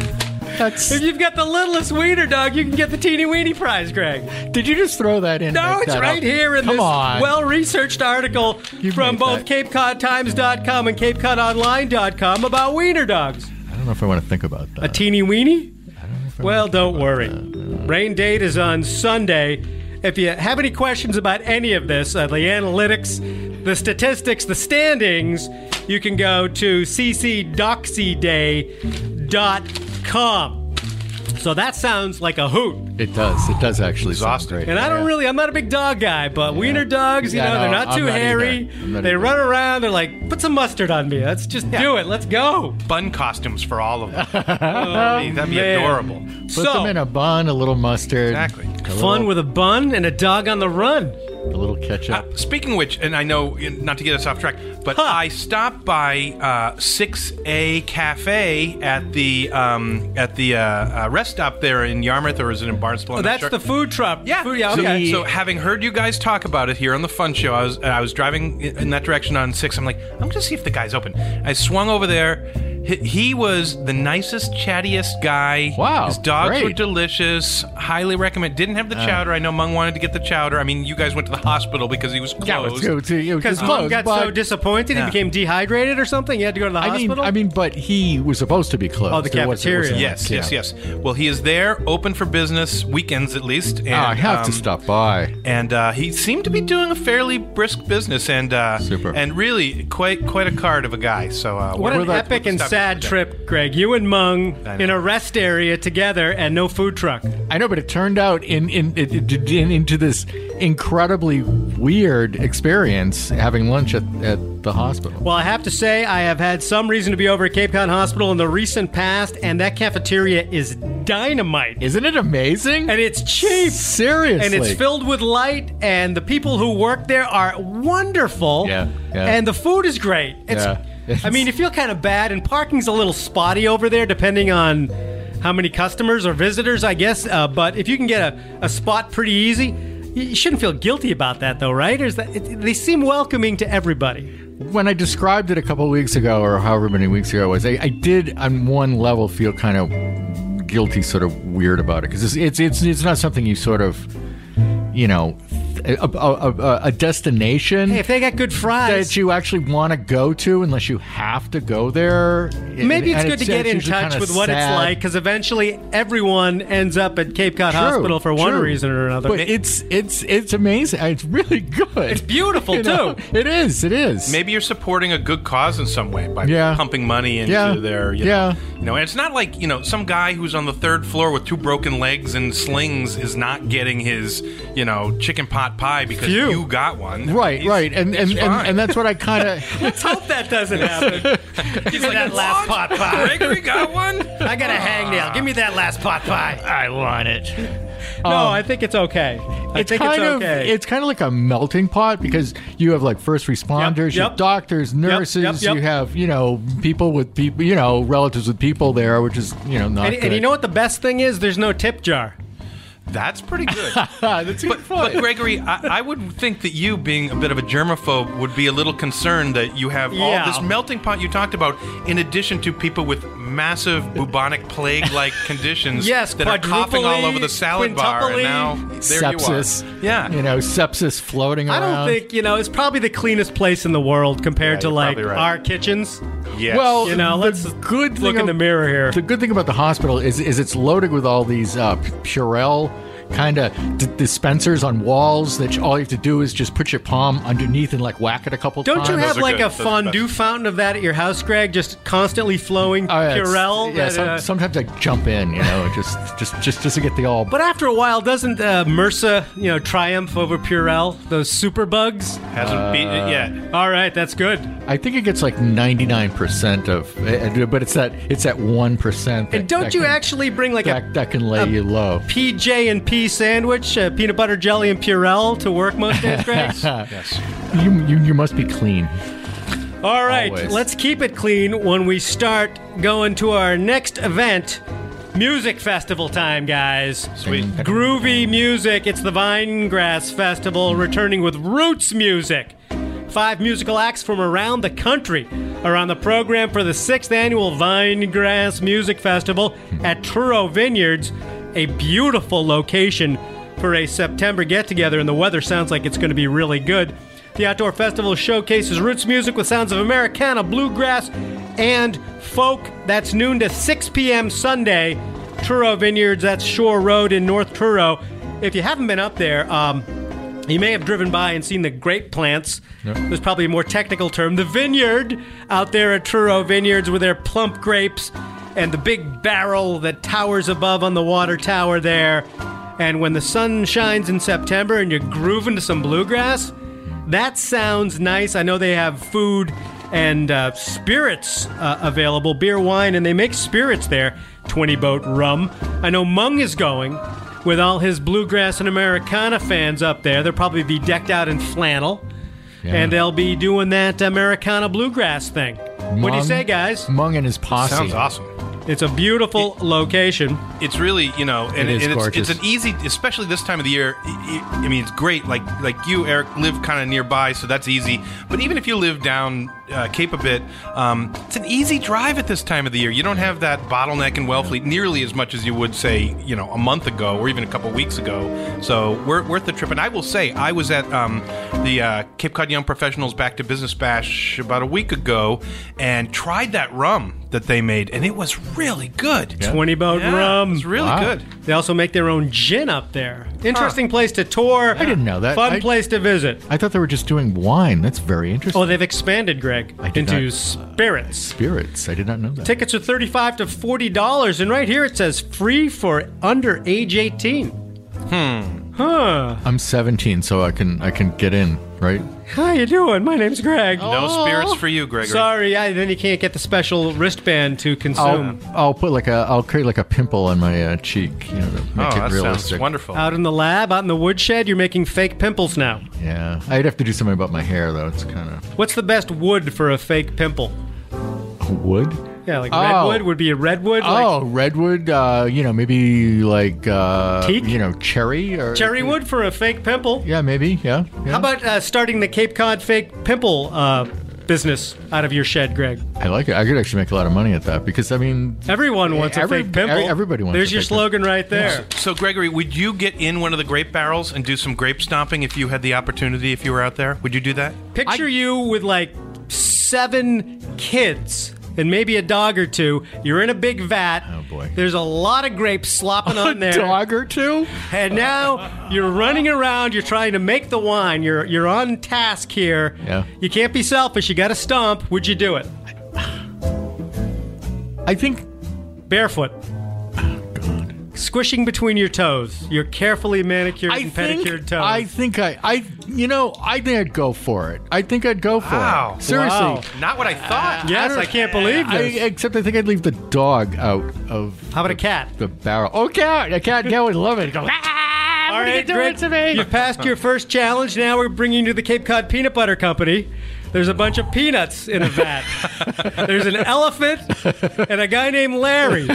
[SPEAKER 3] That's.
[SPEAKER 1] If you've got the littlest wiener dog, you can get the teeny weeny prize, Greg.
[SPEAKER 3] Did you just throw that in?
[SPEAKER 1] No,
[SPEAKER 3] Make
[SPEAKER 1] it's
[SPEAKER 3] that
[SPEAKER 1] right
[SPEAKER 3] up?
[SPEAKER 1] here in
[SPEAKER 3] Come
[SPEAKER 1] this
[SPEAKER 3] on.
[SPEAKER 1] well-researched article
[SPEAKER 3] You
[SPEAKER 1] from
[SPEAKER 3] made
[SPEAKER 1] both
[SPEAKER 3] that.
[SPEAKER 1] CapeCodTimes.com and CapeCodOnline.com about wiener dogs.
[SPEAKER 3] I don't know if I want to think about that.
[SPEAKER 1] A teeny weeny? Well, don't worry. Rain date is on Sunday. If you have any questions about any of this, uh, the analytics, the statistics, the standings, you can go to ccdoxyday.com. So that sounds like a hoot.
[SPEAKER 3] it does. It does actually. Sound
[SPEAKER 2] Exhausting.
[SPEAKER 3] great.
[SPEAKER 1] And I don't
[SPEAKER 3] Yeah.
[SPEAKER 1] really, I'm not a big dog guy, but wiener dogs, you
[SPEAKER 3] Yeah,
[SPEAKER 1] know,
[SPEAKER 3] no,
[SPEAKER 1] they're not
[SPEAKER 3] I'm
[SPEAKER 1] too
[SPEAKER 3] not either.
[SPEAKER 1] hairy.
[SPEAKER 3] I'm not
[SPEAKER 1] They
[SPEAKER 3] either.
[SPEAKER 1] run around, they're like, put some mustard on me. Let's just do it. Let's go.
[SPEAKER 2] <laughs> Bun costumes for
[SPEAKER 1] <laughs>
[SPEAKER 2] all of them. that'd be, that'd be
[SPEAKER 1] Oh, man.
[SPEAKER 2] adorable.
[SPEAKER 3] Put them in
[SPEAKER 1] so,
[SPEAKER 3] a bun, a little mustard,
[SPEAKER 2] Exactly.
[SPEAKER 3] a
[SPEAKER 1] fun
[SPEAKER 3] little-
[SPEAKER 1] with a bun and a dog on the run.
[SPEAKER 3] a little ketchup.
[SPEAKER 2] Uh, speaking of which, and I know uh, not to get us off track, but
[SPEAKER 1] Huh.
[SPEAKER 2] I stopped by uh, 6A Cafe at the um, at the uh, uh, rest stop there in Yarmouth, or is it in Barnstable? I'm
[SPEAKER 1] Oh,
[SPEAKER 2] not
[SPEAKER 1] that's
[SPEAKER 2] sure.
[SPEAKER 1] the food truck.
[SPEAKER 2] Yeah.
[SPEAKER 1] Food, yeah
[SPEAKER 2] so,
[SPEAKER 1] okay.
[SPEAKER 2] so having heard you guys talk about it here on the Fun Show, I was I was driving in in that direction on six. I'm like, I'm gonna see if the guy's open. I swung over there. He, he was the nicest, chattiest guy.
[SPEAKER 3] Wow,
[SPEAKER 2] His dogs were
[SPEAKER 3] great. Uh.
[SPEAKER 2] delicious. Highly recommend. Didn't have the chowder. I know Mung wanted to get the chowder. I mean, you guys went to the hospital because he was closed.
[SPEAKER 3] Yeah, let's go to you
[SPEAKER 1] Because mom got so disappointed, he
[SPEAKER 2] Yeah.
[SPEAKER 1] became dehydrated or something. He had to go to the
[SPEAKER 3] I mean,
[SPEAKER 1] hospital.
[SPEAKER 3] I mean, but he was supposed to be closed.
[SPEAKER 1] Oh, the
[SPEAKER 3] It wasn't- it
[SPEAKER 1] cafeteria.
[SPEAKER 3] wasn't
[SPEAKER 2] Yes,
[SPEAKER 3] like,
[SPEAKER 2] yes,
[SPEAKER 3] yeah.
[SPEAKER 2] yes. Well, he is there, open for business weekends at least. And,
[SPEAKER 3] Ah, I have to
[SPEAKER 2] um,
[SPEAKER 3] stop by.
[SPEAKER 2] and uh, he seemed to be doing a fairly brisk business and uh,
[SPEAKER 3] Super.
[SPEAKER 2] and really quite quite a card of a guy. So uh,
[SPEAKER 1] what
[SPEAKER 2] we're-
[SPEAKER 1] an
[SPEAKER 2] we're-
[SPEAKER 1] epic and
[SPEAKER 2] stop-
[SPEAKER 1] sad trip, Greg. You and Mung
[SPEAKER 2] I know.
[SPEAKER 1] in a rest area together and no food truck.
[SPEAKER 3] I know, but it turned out in, in, it- it- it- in into this incredibly weird experience having lunch at, at the hospital.
[SPEAKER 1] Well, I have to say, I have had some reason to be over at Cape Cod Hospital in the recent past, and that cafeteria is dynamite.
[SPEAKER 3] Isn't it amazing?
[SPEAKER 1] And it's cheap.
[SPEAKER 3] Seriously.
[SPEAKER 1] And it's filled with light, and the people who work there are wonderful.
[SPEAKER 3] Yeah, yeah.
[SPEAKER 1] And the food is great. It's,
[SPEAKER 3] Yeah.
[SPEAKER 1] I mean, you feel kind of bad, and parking's a little spotty over there, depending on how many customers or visitors, I guess. Uh, but if you can get a, a spot pretty easy, you you shouldn't feel guilty about that, though, right? Or is that, it, they seem welcoming to everybody.
[SPEAKER 3] when I described it a couple of weeks ago, or however many weeks ago it was, I, I did on one level feel kind of guilty, sort of weird about it because it's, it's it's it's not something you sort of, you know, a, a, a, a destination.
[SPEAKER 1] Hey, if they got good fries,
[SPEAKER 3] that you actually want to go to unless you have to go there.
[SPEAKER 1] Maybe it's
[SPEAKER 3] And
[SPEAKER 1] good to get in
[SPEAKER 3] usually
[SPEAKER 1] touch
[SPEAKER 3] kinda
[SPEAKER 1] with what it's
[SPEAKER 3] sad.
[SPEAKER 1] like because eventually everyone ends up at Cape Cod
[SPEAKER 3] True,
[SPEAKER 1] Hospital for one
[SPEAKER 3] true.
[SPEAKER 1] reason or another.
[SPEAKER 3] But it's it's it's amazing. It's really good.
[SPEAKER 1] it's beautiful
[SPEAKER 3] <laughs> You
[SPEAKER 1] too.
[SPEAKER 3] know? It is. It is.
[SPEAKER 2] Maybe you're supporting a good cause in some way by
[SPEAKER 3] Yeah.
[SPEAKER 2] pumping money into
[SPEAKER 3] Yeah.
[SPEAKER 2] their you
[SPEAKER 3] Yeah.
[SPEAKER 2] know, you know. And it's not like you know some guy who's on the third floor with two broken legs and slings is not getting his you know chicken pot pie because
[SPEAKER 1] Phew.
[SPEAKER 2] you got one.
[SPEAKER 3] Right,
[SPEAKER 2] He's-
[SPEAKER 3] right, and and,
[SPEAKER 2] he's
[SPEAKER 3] and
[SPEAKER 2] fine.
[SPEAKER 3] and that's what I kind
[SPEAKER 1] <laughs>
[SPEAKER 3] of.
[SPEAKER 1] Let's hope that
[SPEAKER 3] <laughs>
[SPEAKER 1] doesn't happen. Give me that last pot pie.
[SPEAKER 2] Gregory got one.
[SPEAKER 1] I got a hangnail. Give me that last pot pie.
[SPEAKER 3] I want it. Um,
[SPEAKER 1] No, I think it's okay. I
[SPEAKER 3] It's
[SPEAKER 1] think
[SPEAKER 3] kind
[SPEAKER 1] it's
[SPEAKER 3] of
[SPEAKER 1] okay.
[SPEAKER 3] it's kind of like a melting pot because you have like first responders, you
[SPEAKER 1] yep.
[SPEAKER 3] have doctors, nurses,
[SPEAKER 1] yep.
[SPEAKER 3] you have you know people with people, you know relatives with people there, which is you know not.
[SPEAKER 1] and, and you
[SPEAKER 3] good.
[SPEAKER 1] know what the best thing is? There's no tip jar.
[SPEAKER 2] That's pretty
[SPEAKER 3] <laughs>
[SPEAKER 2] good.
[SPEAKER 3] Ah, <laughs> that's a good
[SPEAKER 2] But, but
[SPEAKER 3] point.
[SPEAKER 2] Gregory, I, I would think that you, being a bit of a germaphobe, would be a little concerned that you have
[SPEAKER 1] Yeah.
[SPEAKER 2] all this melting pot you talked about, in addition to people with massive bubonic
[SPEAKER 3] <laughs>
[SPEAKER 2] plague-like conditions
[SPEAKER 1] Yes,
[SPEAKER 2] that are coughing all over the salad bar,
[SPEAKER 1] quintuply
[SPEAKER 2] and now there
[SPEAKER 3] sepsis,
[SPEAKER 2] you are. Yeah,
[SPEAKER 3] you know sepsis floating
[SPEAKER 1] I
[SPEAKER 3] around.
[SPEAKER 1] don't think you know. It's probably the cleanest place in the world compared to
[SPEAKER 2] you're
[SPEAKER 1] like
[SPEAKER 2] probably right.
[SPEAKER 1] our kitchens.
[SPEAKER 2] Yes.
[SPEAKER 3] Well,
[SPEAKER 1] You know,
[SPEAKER 3] the
[SPEAKER 1] let's
[SPEAKER 3] good
[SPEAKER 1] look
[SPEAKER 3] thing
[SPEAKER 1] in the
[SPEAKER 3] ab-
[SPEAKER 1] mirror here.
[SPEAKER 3] The good thing about the hospital is is it's loaded with all these uh, Purell kind of d- dispensers on walls that all you have to do is just put your palm underneath and like whack it a couple
[SPEAKER 1] Don't
[SPEAKER 3] times.
[SPEAKER 1] you have
[SPEAKER 4] are
[SPEAKER 1] like
[SPEAKER 4] good.
[SPEAKER 1] a
[SPEAKER 4] Those are
[SPEAKER 1] fondue fountain of that at your house, Greg? Just constantly flowing
[SPEAKER 3] Oh, yeah, it's-
[SPEAKER 1] Purell.
[SPEAKER 3] Yeah,
[SPEAKER 1] that,
[SPEAKER 3] some-
[SPEAKER 1] uh,
[SPEAKER 3] sometimes I jump in, you know, <laughs> just just just just to get the all.
[SPEAKER 1] but after a while, doesn't uh, MRSA, you know, triumph over Purell? Those super bugs.
[SPEAKER 2] Hasn't beaten
[SPEAKER 3] uh,
[SPEAKER 2] it yet.
[SPEAKER 1] All right, that's good.
[SPEAKER 3] I think it gets like ninety nine percent of, uh, but it's that it's that one percent.
[SPEAKER 1] And don't you actually bring like
[SPEAKER 3] that,
[SPEAKER 1] a
[SPEAKER 3] that can lay you low?
[SPEAKER 1] PJ and P sandwich, uh, peanut butter jelly and Purell to work most days, Greg?
[SPEAKER 2] Yes.
[SPEAKER 3] You, you you must be clean.
[SPEAKER 1] All right,
[SPEAKER 3] Always.
[SPEAKER 1] let's keep it clean when we start going to our next event. Music festival time, guys.
[SPEAKER 2] Sweet.
[SPEAKER 1] Groovy music. It's the Vinegrass Festival returning with roots music. Five musical acts from around the country are on the program for the sixth annual Vinegrass Music Festival at Truro Vineyards, a beautiful location for a September get together, and the weather sounds like it's going to be really good. The outdoor festival showcases roots music with sounds of Americana, bluegrass, and folk. That's noon to 6 p.m. Sunday. Truro Vineyards, that's Shore Road in North Truro. If you haven't been up there, um, you may have driven by and seen the grape plants. There's probably a more technical term. The vineyard out there at Truro Vineyards with their plump grapes and the big barrel that towers above on the water tower there. And when the sun shines in September and you're grooving to some bluegrass, that sounds nice. I know they have food and uh, spirits uh, available beer, wine, and they make spirits there 20 boat rum. I know Mung is going with all his bluegrass and Americana fans up there. They'll probably be decked out in flannel and uh, they'll be doing that Americana bluegrass thing. What do you
[SPEAKER 3] Hmong-
[SPEAKER 1] say, guys?
[SPEAKER 3] Hmong and his posse.
[SPEAKER 2] Sounds awesome.
[SPEAKER 1] It's a beautiful location.
[SPEAKER 2] it's really you know and,
[SPEAKER 3] It is
[SPEAKER 2] and it's,
[SPEAKER 3] gorgeous.
[SPEAKER 2] it's an easy especially this time of the year i i I mean it's great like like you eric live kind of nearby so that's easy but even if you live down uh, cape a bit um, it's an easy drive at this time of the year you don't have that bottleneck in wellfleet nearly as much as you would say you know a month ago or even a couple weeks ago so we're worth the trip and i will say i was at um, the uh, cape cod young professionals back to business bash about a week ago and tried that rum that they made and it was really good
[SPEAKER 1] 20 boat
[SPEAKER 2] yeah,
[SPEAKER 1] rum.
[SPEAKER 2] It's really
[SPEAKER 3] Wow.
[SPEAKER 2] good.
[SPEAKER 1] They also make their own gin up there. Interesting place to tour. I
[SPEAKER 3] didn't know that.
[SPEAKER 1] Fun
[SPEAKER 3] I-
[SPEAKER 1] place to visit.
[SPEAKER 3] I thought they were just doing wine. That's very interesting.
[SPEAKER 1] Oh, they've expanded, Greg,
[SPEAKER 3] I did
[SPEAKER 1] into
[SPEAKER 3] not- uh,
[SPEAKER 1] spirits.
[SPEAKER 3] Spirits. I did not know that.
[SPEAKER 1] Tickets are thirty-five to forty dollars, and right here it says free for under age eighteen. Hmm. Huh.
[SPEAKER 3] I'm 17, so I can I can get in, right?
[SPEAKER 1] How you doing? My name's Greg.
[SPEAKER 2] No spirits for you, Gregory.
[SPEAKER 1] Sorry, I, then you can't get the special wristband to
[SPEAKER 3] I'll,
[SPEAKER 1] consume.
[SPEAKER 3] I'll put like a I'll create like a pimple on my uh, cheek, you know, to
[SPEAKER 2] Oh,
[SPEAKER 3] make
[SPEAKER 2] that
[SPEAKER 3] it realistic.
[SPEAKER 2] sounds wonderful.
[SPEAKER 1] Out in the lab, out in the woodshed, you're making fake pimples now.
[SPEAKER 3] Yeah, I'd have to do something about my hair though. It's kind
[SPEAKER 1] What's the best wood for a fake pimple?
[SPEAKER 3] of wood.
[SPEAKER 1] Yeah, like
[SPEAKER 3] Oh.
[SPEAKER 1] redwood would be a redwood.
[SPEAKER 3] oh, redwood. Uh, you know, maybe like uh,
[SPEAKER 1] Teak?
[SPEAKER 3] You know, cherry or
[SPEAKER 1] like cherry wood for a fake pimple.
[SPEAKER 3] Yeah, maybe. Yeah. yeah.
[SPEAKER 1] How about uh, starting the Cape Cod fake pimple uh, business out of your shed, Greg?
[SPEAKER 3] I like it. I could actually make a lot of money at that because I mean,
[SPEAKER 1] Everyone wants
[SPEAKER 3] Every-
[SPEAKER 1] a fake pimple.
[SPEAKER 3] e- everybody wants
[SPEAKER 1] There's
[SPEAKER 3] a
[SPEAKER 1] your
[SPEAKER 3] fake
[SPEAKER 1] slogan right there.
[SPEAKER 2] so, Gregory, would you get in one of the grape barrels and do some grape stomping if you had the opportunity? If you were out there, would you do that?
[SPEAKER 1] Picture you with like seven kids and maybe a dog or two. You're in a big vat.
[SPEAKER 3] Oh, boy.
[SPEAKER 1] There's a lot of grapes
[SPEAKER 3] <laughs>
[SPEAKER 1] slopping on there.
[SPEAKER 3] dog or two.
[SPEAKER 1] And now you're running around. You're trying to make the wine. You're you're on task here.
[SPEAKER 3] Yeah.
[SPEAKER 1] You can't be selfish. You got to stomp. Would you do it
[SPEAKER 3] I think
[SPEAKER 1] barefoot? Squishing between your toes, your carefully manicured
[SPEAKER 3] I
[SPEAKER 1] and
[SPEAKER 3] think
[SPEAKER 1] pedicured toes.
[SPEAKER 3] I think I I you know I think I'd go for it. I think I'd go for
[SPEAKER 2] Wow.
[SPEAKER 3] it. Seriously.
[SPEAKER 1] Wow.
[SPEAKER 2] Not what I thought.
[SPEAKER 1] yes, I, can't believe
[SPEAKER 3] I,
[SPEAKER 1] this.
[SPEAKER 3] except I think I'd leave the dog out of
[SPEAKER 1] How about a cat?
[SPEAKER 3] the barrel. Oh, cat! A cat, cat would love it. Go, ah,
[SPEAKER 1] All
[SPEAKER 3] what are you
[SPEAKER 1] right,
[SPEAKER 3] doing
[SPEAKER 1] Greg,
[SPEAKER 3] to me?
[SPEAKER 1] You passed your first challenge. Now we're bringing you to the Cape Cod Peanut Butter Company. There's a bunch of peanuts in a
[SPEAKER 3] <laughs>
[SPEAKER 1] vat. There's an elephant and a guy named Larry.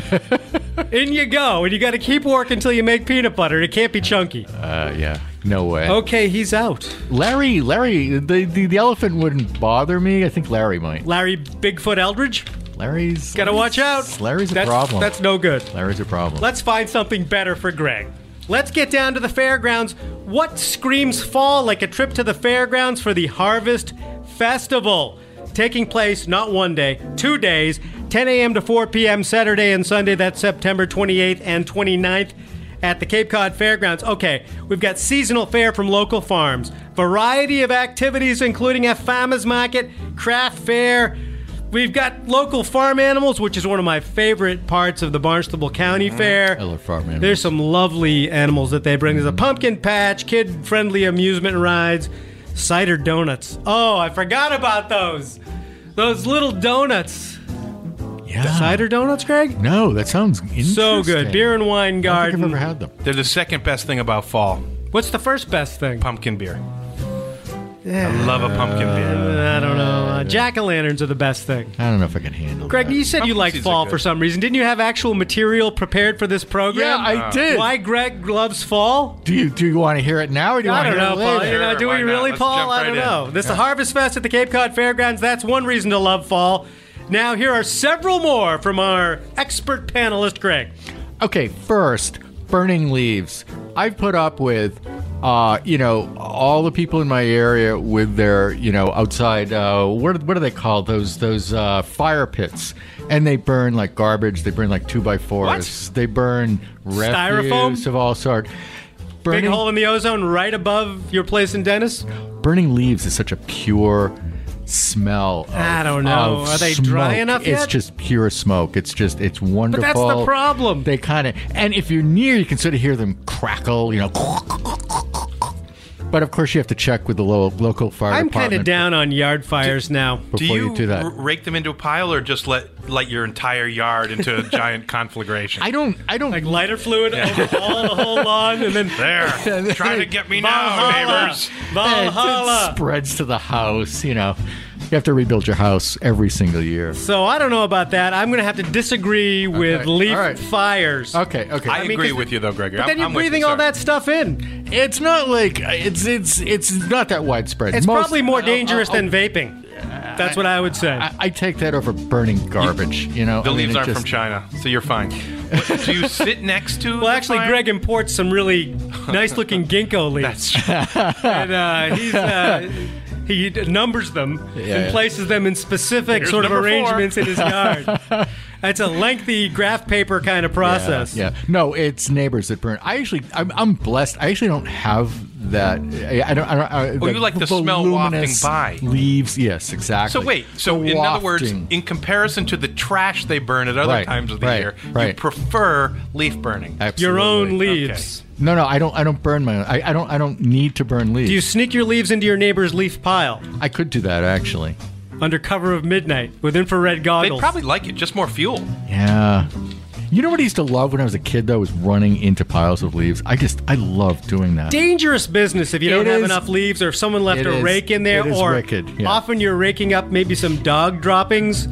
[SPEAKER 1] In you go, and you got to keep working until you make peanut butter. It can't be chunky.
[SPEAKER 3] Uh, yeah, no way.
[SPEAKER 1] Okay, he's out.
[SPEAKER 3] Larry, Larry, the, the the elephant wouldn't bother me. I think Larry might.
[SPEAKER 1] Larry Bigfoot Eldridge,
[SPEAKER 3] Larry's
[SPEAKER 1] got to watch out.
[SPEAKER 3] Larry's a
[SPEAKER 1] that's,
[SPEAKER 3] problem.
[SPEAKER 1] That's no good.
[SPEAKER 3] Larry's a problem.
[SPEAKER 1] Let's find something better for Greg. Let's get down to the fairgrounds. What screams fall like a trip to the fairgrounds for the Harvest Festival? Taking place not one day, two days, 10 a.m. to 4 p.m. Saturday and Sunday, that's September 28th and 29th at the Cape Cod Fairgrounds. Okay, we've got seasonal fare from local farms, variety of activities, including a farmer's market, craft fair. We've got local farm animals, which is one of my favorite parts of the Barnstable County Fair.
[SPEAKER 3] Mm-hmm. I love farm animals.
[SPEAKER 1] There's some lovely animals that they bring. There's a pumpkin patch, kid friendly amusement rides, cider donuts. Oh, I forgot about those. Those little donuts.
[SPEAKER 3] yeah.
[SPEAKER 1] Cider donuts, Greg?
[SPEAKER 3] No, that sounds Ah. interesting.
[SPEAKER 1] So good. Beer and wine
[SPEAKER 3] I don't think I've
[SPEAKER 1] garden.
[SPEAKER 3] ever had them.
[SPEAKER 2] They're the second best thing about fall.
[SPEAKER 1] What's the first best thing?
[SPEAKER 2] Pumpkin beer. I love a pumpkin beer.
[SPEAKER 1] I don't know. Uh, Jack o' lanterns are the best thing.
[SPEAKER 3] I don't know if I can handle.
[SPEAKER 1] Greg,
[SPEAKER 3] that.
[SPEAKER 1] you said you
[SPEAKER 2] Pumpkin
[SPEAKER 1] liked
[SPEAKER 2] seeds
[SPEAKER 1] fall
[SPEAKER 2] are
[SPEAKER 1] for
[SPEAKER 2] good.
[SPEAKER 1] some reason. Didn't you have actual material prepared for this program?
[SPEAKER 2] Uh,
[SPEAKER 3] Yeah, I did.
[SPEAKER 1] Why Greg loves fall?
[SPEAKER 3] do you do you want to hear it now or do you
[SPEAKER 1] I
[SPEAKER 3] want
[SPEAKER 1] don't
[SPEAKER 3] to hear
[SPEAKER 1] know,
[SPEAKER 3] it
[SPEAKER 1] Paul.
[SPEAKER 3] later?
[SPEAKER 1] You know,
[SPEAKER 2] Sure,
[SPEAKER 1] do
[SPEAKER 2] why
[SPEAKER 1] we
[SPEAKER 2] not?
[SPEAKER 1] really,
[SPEAKER 2] Let's
[SPEAKER 1] Paul?
[SPEAKER 2] jump
[SPEAKER 1] I don't
[SPEAKER 2] right in.
[SPEAKER 1] know. This is the Harvest Fest at the Cape Cod Fairgrounds. That's one reason to love fall. Now, here are several more from our expert panelist, Greg.
[SPEAKER 3] Okay, first, burning leaves. I've put up with, uh, you know, all the people in my area with their, you know, outside. Uh, what what are they called? Those those uh, fire pits, and they burn like garbage. They burn like two by fours. They burn
[SPEAKER 1] Styrofoam?
[SPEAKER 3] refuse of all sort.
[SPEAKER 1] Big
[SPEAKER 3] Burning,
[SPEAKER 1] hole in the ozone right above your place in Dennis.
[SPEAKER 3] burning leaves is such a pure smell. Of,
[SPEAKER 1] I don't know.
[SPEAKER 3] of
[SPEAKER 1] Are they dry
[SPEAKER 3] smoke.
[SPEAKER 1] enough
[SPEAKER 3] It's
[SPEAKER 1] yet?
[SPEAKER 3] just pure smoke. It's just it's
[SPEAKER 1] But
[SPEAKER 3] wonderful.
[SPEAKER 1] that's the problem.
[SPEAKER 3] They kind of, and if you're near, you can sort of hear them crackle, you know. But of course, you have to check with the lo- local fire
[SPEAKER 1] I'm
[SPEAKER 3] department.
[SPEAKER 1] kind of down on yard fires now.
[SPEAKER 2] Do
[SPEAKER 3] before you, do that.
[SPEAKER 2] r- rake them into a pile or just let light your entire yard into a giant <laughs> conflagration?
[SPEAKER 3] I don't. I don't.
[SPEAKER 1] Like lighter fluid over all the whole lawn, and then
[SPEAKER 2] there. Try to get me now,
[SPEAKER 1] <laughs> Valhalla, <laughs>
[SPEAKER 2] neighbors.
[SPEAKER 3] it, it
[SPEAKER 1] Valhalla.
[SPEAKER 3] spreads to the house. You know, you have to rebuild your house every single year.
[SPEAKER 1] So I don't know about that. I'm going to have to disagree with
[SPEAKER 3] Okay.
[SPEAKER 1] leaf
[SPEAKER 3] All right.
[SPEAKER 1] fires.
[SPEAKER 3] Okay. Okay.
[SPEAKER 2] I, agree
[SPEAKER 1] 'cause-
[SPEAKER 2] with you, though, Gregory.
[SPEAKER 1] But then
[SPEAKER 2] I'm-
[SPEAKER 1] you're
[SPEAKER 2] I'm with you,
[SPEAKER 1] breathing all
[SPEAKER 2] sir.
[SPEAKER 1] that stuff in.
[SPEAKER 3] it's not like it's it's it's not that widespread.
[SPEAKER 1] It's
[SPEAKER 3] Most-
[SPEAKER 1] probably more
[SPEAKER 3] I'll- I'll-
[SPEAKER 1] dangerous
[SPEAKER 3] I'll-
[SPEAKER 1] than vaping. That's what I would say.
[SPEAKER 3] I, I take that over burning garbage. You, know,
[SPEAKER 2] The
[SPEAKER 3] I mean,
[SPEAKER 2] leaves
[SPEAKER 3] it
[SPEAKER 2] aren't
[SPEAKER 3] just-
[SPEAKER 2] from China, so you're fine. What- Do you sit next to?
[SPEAKER 1] well, actually, Greg imports some really
[SPEAKER 3] <laughs>
[SPEAKER 1] nice-looking ginkgo leaves, and uh, he's,
[SPEAKER 3] <laughs>
[SPEAKER 1] uh, he d- numbers them and
[SPEAKER 3] yeah.
[SPEAKER 1] places them in specific
[SPEAKER 2] Here's
[SPEAKER 1] sort of
[SPEAKER 2] number four.
[SPEAKER 1] arrangements in his
[SPEAKER 3] <laughs>
[SPEAKER 1] yard. It's a lengthy graph paper kind of process.
[SPEAKER 3] Yeah. No, it's neighbors that burn. I actually, I'm, I'm blessed. I actually don't have that. I, I don't. I don't I,
[SPEAKER 2] Oh, you like the smell
[SPEAKER 3] voluminous
[SPEAKER 2] wafting by.
[SPEAKER 3] leaves. Yes, exactly.
[SPEAKER 2] So wait. So
[SPEAKER 3] The
[SPEAKER 2] in other words,
[SPEAKER 3] wafting.
[SPEAKER 2] in comparison to the trash they burn at other
[SPEAKER 3] Right,
[SPEAKER 2] times of the
[SPEAKER 3] right,
[SPEAKER 2] year, you
[SPEAKER 3] right.
[SPEAKER 2] prefer leaf burning.
[SPEAKER 1] Your own
[SPEAKER 3] Absolutely.
[SPEAKER 1] leaves.
[SPEAKER 3] No, no, I don't. I don't burn my. Own. I, I don't. I don't need to burn leaves.
[SPEAKER 1] Do you sneak your leaves into your neighbor's leaf pile
[SPEAKER 3] I could do that actually.
[SPEAKER 1] under cover of midnight with infrared
[SPEAKER 2] They
[SPEAKER 1] goggles?
[SPEAKER 2] probably like it. Just more fuel.
[SPEAKER 3] Yeah. You know what I used to love when I was a kid though was running into piles of leaves. I just I love doing that.
[SPEAKER 1] dangerous business if you don't
[SPEAKER 3] It
[SPEAKER 1] have
[SPEAKER 3] is-
[SPEAKER 1] enough leaves or if someone left
[SPEAKER 3] it
[SPEAKER 1] a
[SPEAKER 3] is-
[SPEAKER 1] rake in there
[SPEAKER 3] it is
[SPEAKER 1] or
[SPEAKER 3] wicked, yeah.
[SPEAKER 1] often you're raking up maybe some dog droppings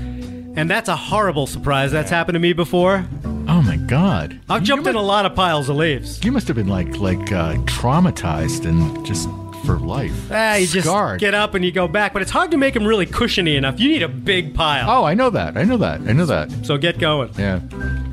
[SPEAKER 1] and that's a horrible surprise that's happened to me before
[SPEAKER 3] Oh my god.
[SPEAKER 1] i've
[SPEAKER 3] You
[SPEAKER 1] jumped in
[SPEAKER 3] must-
[SPEAKER 1] a lot of piles of leaves
[SPEAKER 3] You must have been like like uh, traumatized and just for life.
[SPEAKER 1] ah, you just
[SPEAKER 3] Scarred.
[SPEAKER 1] get up and you go back but it's hard to make them really cushiony enough you need a big pile
[SPEAKER 3] Oh, I know that. I know that. I know that.
[SPEAKER 1] so get going
[SPEAKER 3] Yeah.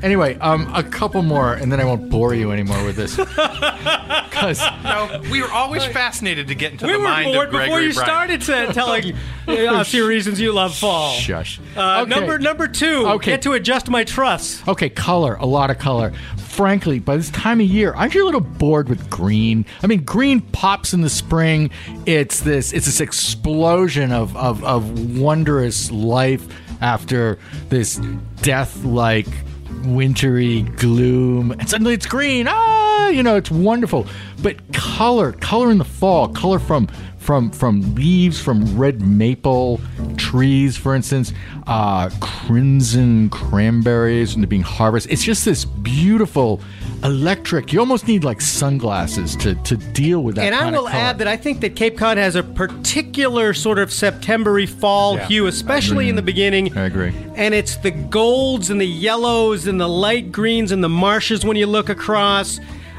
[SPEAKER 3] Anyway, um, a couple more, and then I won't bore you anymore with
[SPEAKER 1] <laughs>
[SPEAKER 3] this. <laughs> Because
[SPEAKER 2] No, <laughs> we were always fascinated to get into
[SPEAKER 1] we
[SPEAKER 2] the
[SPEAKER 1] were
[SPEAKER 2] mind of
[SPEAKER 1] bored
[SPEAKER 2] Gregory
[SPEAKER 1] before you
[SPEAKER 2] Bryant.
[SPEAKER 1] started
[SPEAKER 3] <laughs>
[SPEAKER 1] to telling
[SPEAKER 3] Oh,
[SPEAKER 1] uh, a few reasons you love fall
[SPEAKER 3] shush.
[SPEAKER 1] Uh, Number number two,
[SPEAKER 3] Okay.
[SPEAKER 1] get to adjust my truss.
[SPEAKER 3] Okay, color, a lot of color. Frankly, by this time of year, aren't you a little bored with green? I mean, green pops in the spring. It's this it's this explosion of of, of wondrous life after this death like wintry gloom. And suddenly it's green. Ah, you know, it's wonderful. But color, color in the fall, color from from from leaves from red maple trees for instance uh, crimson cranberries and they're being harvested it's just this beautiful electric you almost need like sunglasses to to deal with that
[SPEAKER 1] And I
[SPEAKER 3] kind of
[SPEAKER 1] will
[SPEAKER 3] color.
[SPEAKER 1] add that I think that Cape Cod has a particular sort of Septembery fall
[SPEAKER 2] Yeah.
[SPEAKER 1] hue, especially in the beginning.
[SPEAKER 3] I agree.
[SPEAKER 1] And it's the golds and the yellows and the light greens and the marshes when you look across.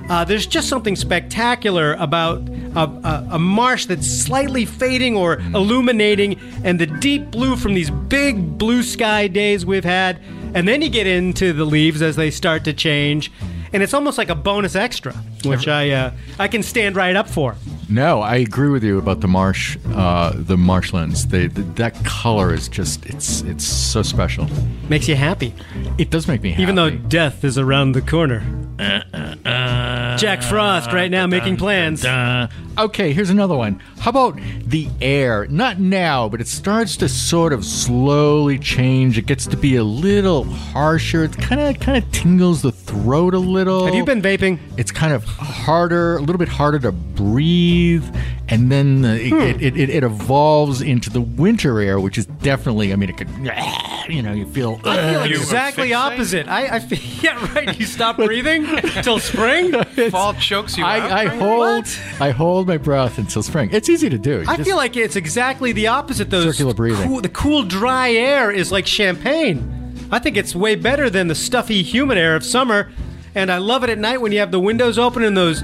[SPEAKER 1] Uh, there's just something spectacular about a, a, a marsh that's slightly fading or illuminating, and the deep blue from these big blue sky days we've had. And then you get into the leaves as they start to change, and it's almost like a bonus extra, which I uh, I can stand right up for.
[SPEAKER 3] no i agree with you about the marsh uh, the marshlands they, the, that color is just it's it's so special
[SPEAKER 1] Makes you happy,
[SPEAKER 3] it does make me happy
[SPEAKER 1] even though death is around the corner. Jack Frost right now making plans.
[SPEAKER 3] Uh, Okay, here's another one. How about the air? Not now, but it starts to sort of slowly change. It gets to be a little harsher. It kind of kind of tingles the throat a little.
[SPEAKER 1] Have you been vaping?
[SPEAKER 3] It's kind of harder, a little bit harder to breathe, and then the,
[SPEAKER 1] Hmm.
[SPEAKER 3] it, it, it, it evolves into the winter air, which is definitely. I mean, it could. <sniffs> You know, you feel.
[SPEAKER 2] You were
[SPEAKER 1] exactly
[SPEAKER 2] fixating?
[SPEAKER 1] opposite. I, I feel, <laughs> yeah, right. You <laughs> stop breathing till <laughs> spring.
[SPEAKER 2] Fall chokes you out.
[SPEAKER 3] I, I
[SPEAKER 2] right?
[SPEAKER 3] hold I hold my breath until spring. It's easy to do. You
[SPEAKER 1] I
[SPEAKER 3] just-
[SPEAKER 1] feel like it's exactly the opposite. Those
[SPEAKER 3] Circular breathing.
[SPEAKER 1] Cool, the cool, dry air is like champagne. I think it's way better than the stuffy, humid air of summer. And I love it at night when you have the windows open and those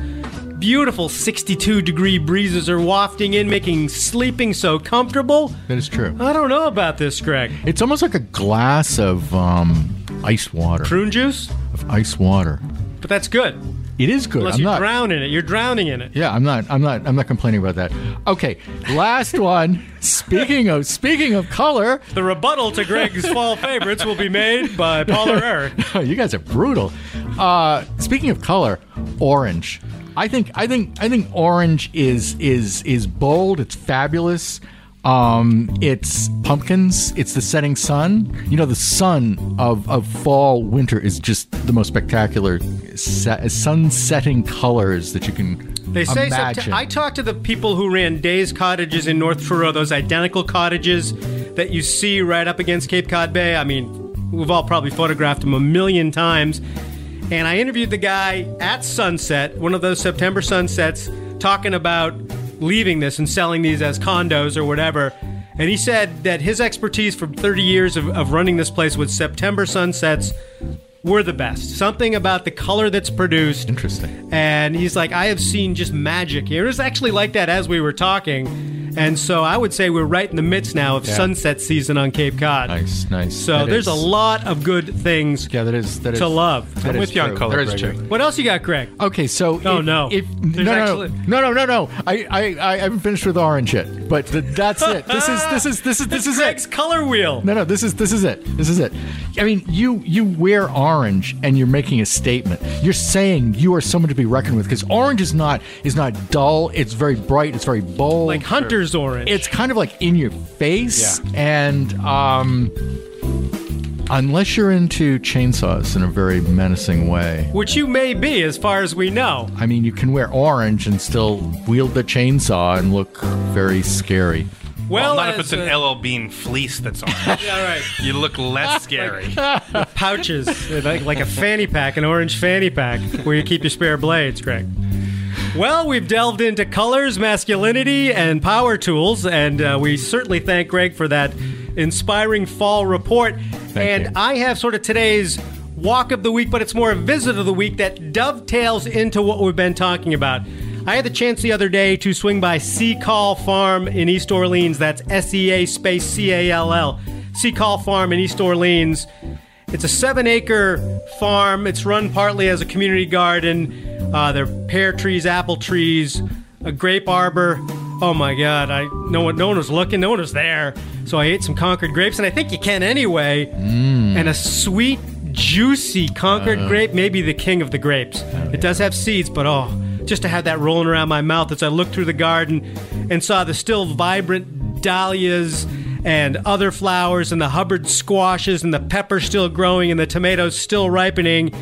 [SPEAKER 1] beautiful 62 degree breezes are wafting in, making sleeping so comfortable.
[SPEAKER 3] that is true.
[SPEAKER 1] I don't know about this, Greg.
[SPEAKER 3] It's almost like a glass of um, ice water.
[SPEAKER 1] Prune juice,
[SPEAKER 3] Of ice water.
[SPEAKER 1] but that's good.
[SPEAKER 3] It is good.
[SPEAKER 1] Unless
[SPEAKER 3] I'm
[SPEAKER 1] you
[SPEAKER 3] not.
[SPEAKER 1] drown in it, you're drowning in it.
[SPEAKER 3] Yeah, I'm not. I'm not. I'm not complaining about that. Okay, <laughs> last one. speaking of speaking of color,
[SPEAKER 1] The rebuttal to Greg's fall favorites will be made by Paul or Eric.
[SPEAKER 3] <laughs> you guys are brutal. Uh, speaking of color, orange. I think I think I think orange is is is bold. It's fabulous. Um, it's pumpkins. It's the setting sun. You know, the sun of, of fall winter is just the most spectacular se- sun-setting colors that you can.
[SPEAKER 1] They say
[SPEAKER 3] imagine.
[SPEAKER 1] Sept- I talked to the people who ran Days cottages in North Truro, those identical cottages that you see right up against Cape Cod Bay. I mean, we've all probably photographed them a million times. And I interviewed the guy at sunset, one of those September sunsets, talking about leaving this and selling these as condos or whatever. And he said that his expertise for 30 years of, of running this place was September sunsets were the best. Something about the color that's produced
[SPEAKER 3] Interesting.
[SPEAKER 1] and he's like, I have seen just magic here. It was actually like that as we were talking. And so I would say we're right in the midst now of
[SPEAKER 3] Yeah.
[SPEAKER 1] sunset season on Cape Cod.
[SPEAKER 3] Nice, nice.
[SPEAKER 1] So
[SPEAKER 3] That
[SPEAKER 1] there's a
[SPEAKER 3] is-
[SPEAKER 1] lot of good things
[SPEAKER 3] Yeah, that is that is
[SPEAKER 1] to love.
[SPEAKER 3] that
[SPEAKER 2] I'm
[SPEAKER 3] is
[SPEAKER 2] with you on
[SPEAKER 3] true.
[SPEAKER 2] color,
[SPEAKER 3] That is
[SPEAKER 2] Gregory.
[SPEAKER 3] true. Uh,
[SPEAKER 1] What else you got, Greg?
[SPEAKER 3] Okay, so
[SPEAKER 1] Oh,
[SPEAKER 3] if-
[SPEAKER 1] no.
[SPEAKER 3] if
[SPEAKER 1] There's
[SPEAKER 3] no, no,
[SPEAKER 1] actually-
[SPEAKER 3] no, no, no, no, I, I, I haven't finished with orange yet, but th- that's it. This is this is this is this is
[SPEAKER 1] Greg's
[SPEAKER 3] it.
[SPEAKER 1] color wheel.
[SPEAKER 3] No, no, this is this is it. This is it. I mean, you you wear orange and you're making a statement. You're saying you are someone to be reckoned with because orange is not is not dull. It's very bright. It's very bold.
[SPEAKER 1] Like Hunter's orange.
[SPEAKER 3] it's kind of like in your face and um. Unless you're into chainsaws in a very menacing way,
[SPEAKER 1] which you may be as far as we know.
[SPEAKER 3] I mean, you can wear orange and still wield the chainsaw and look very scary.
[SPEAKER 1] Well,
[SPEAKER 2] not if
[SPEAKER 1] as,
[SPEAKER 2] it's an
[SPEAKER 1] uh,
[SPEAKER 2] LL Bean fleece that's
[SPEAKER 1] <laughs>
[SPEAKER 2] on.
[SPEAKER 1] yeah, all right.
[SPEAKER 2] you look less scary.
[SPEAKER 1] <laughs> pouches, like, like a fanny pack, an orange fanny pack, where you keep your spare blades, Greg. Well, we've delved into colors, masculinity, and power tools, and uh, we certainly thank Greg for that inspiring fall report. and
[SPEAKER 3] you.
[SPEAKER 1] I have sort of today's walk of the week, but it's more a visit of the week that dovetails into what we've been talking about. I had the chance the other day to swing by Sea Call Farm in East Orleans. That's S E A space C A L L. Sea Call Farm in East Orleans. It's a seven acre farm. It's run partly as a community garden. Uh, there are pear trees, apple trees, a grape arbor. Oh my God! I no one, no one was looking, no one was there. So I ate some Concord grapes, and I think you can anyway. And a sweet, juicy Concord grape, maybe the king of the grapes. It does have seeds, but oh, just to have that rolling around my mouth as I looked through the garden and saw the still vibrant dahlias and other flowers and the Hubbard squashes and the pepper still growing and the tomatoes still ripening.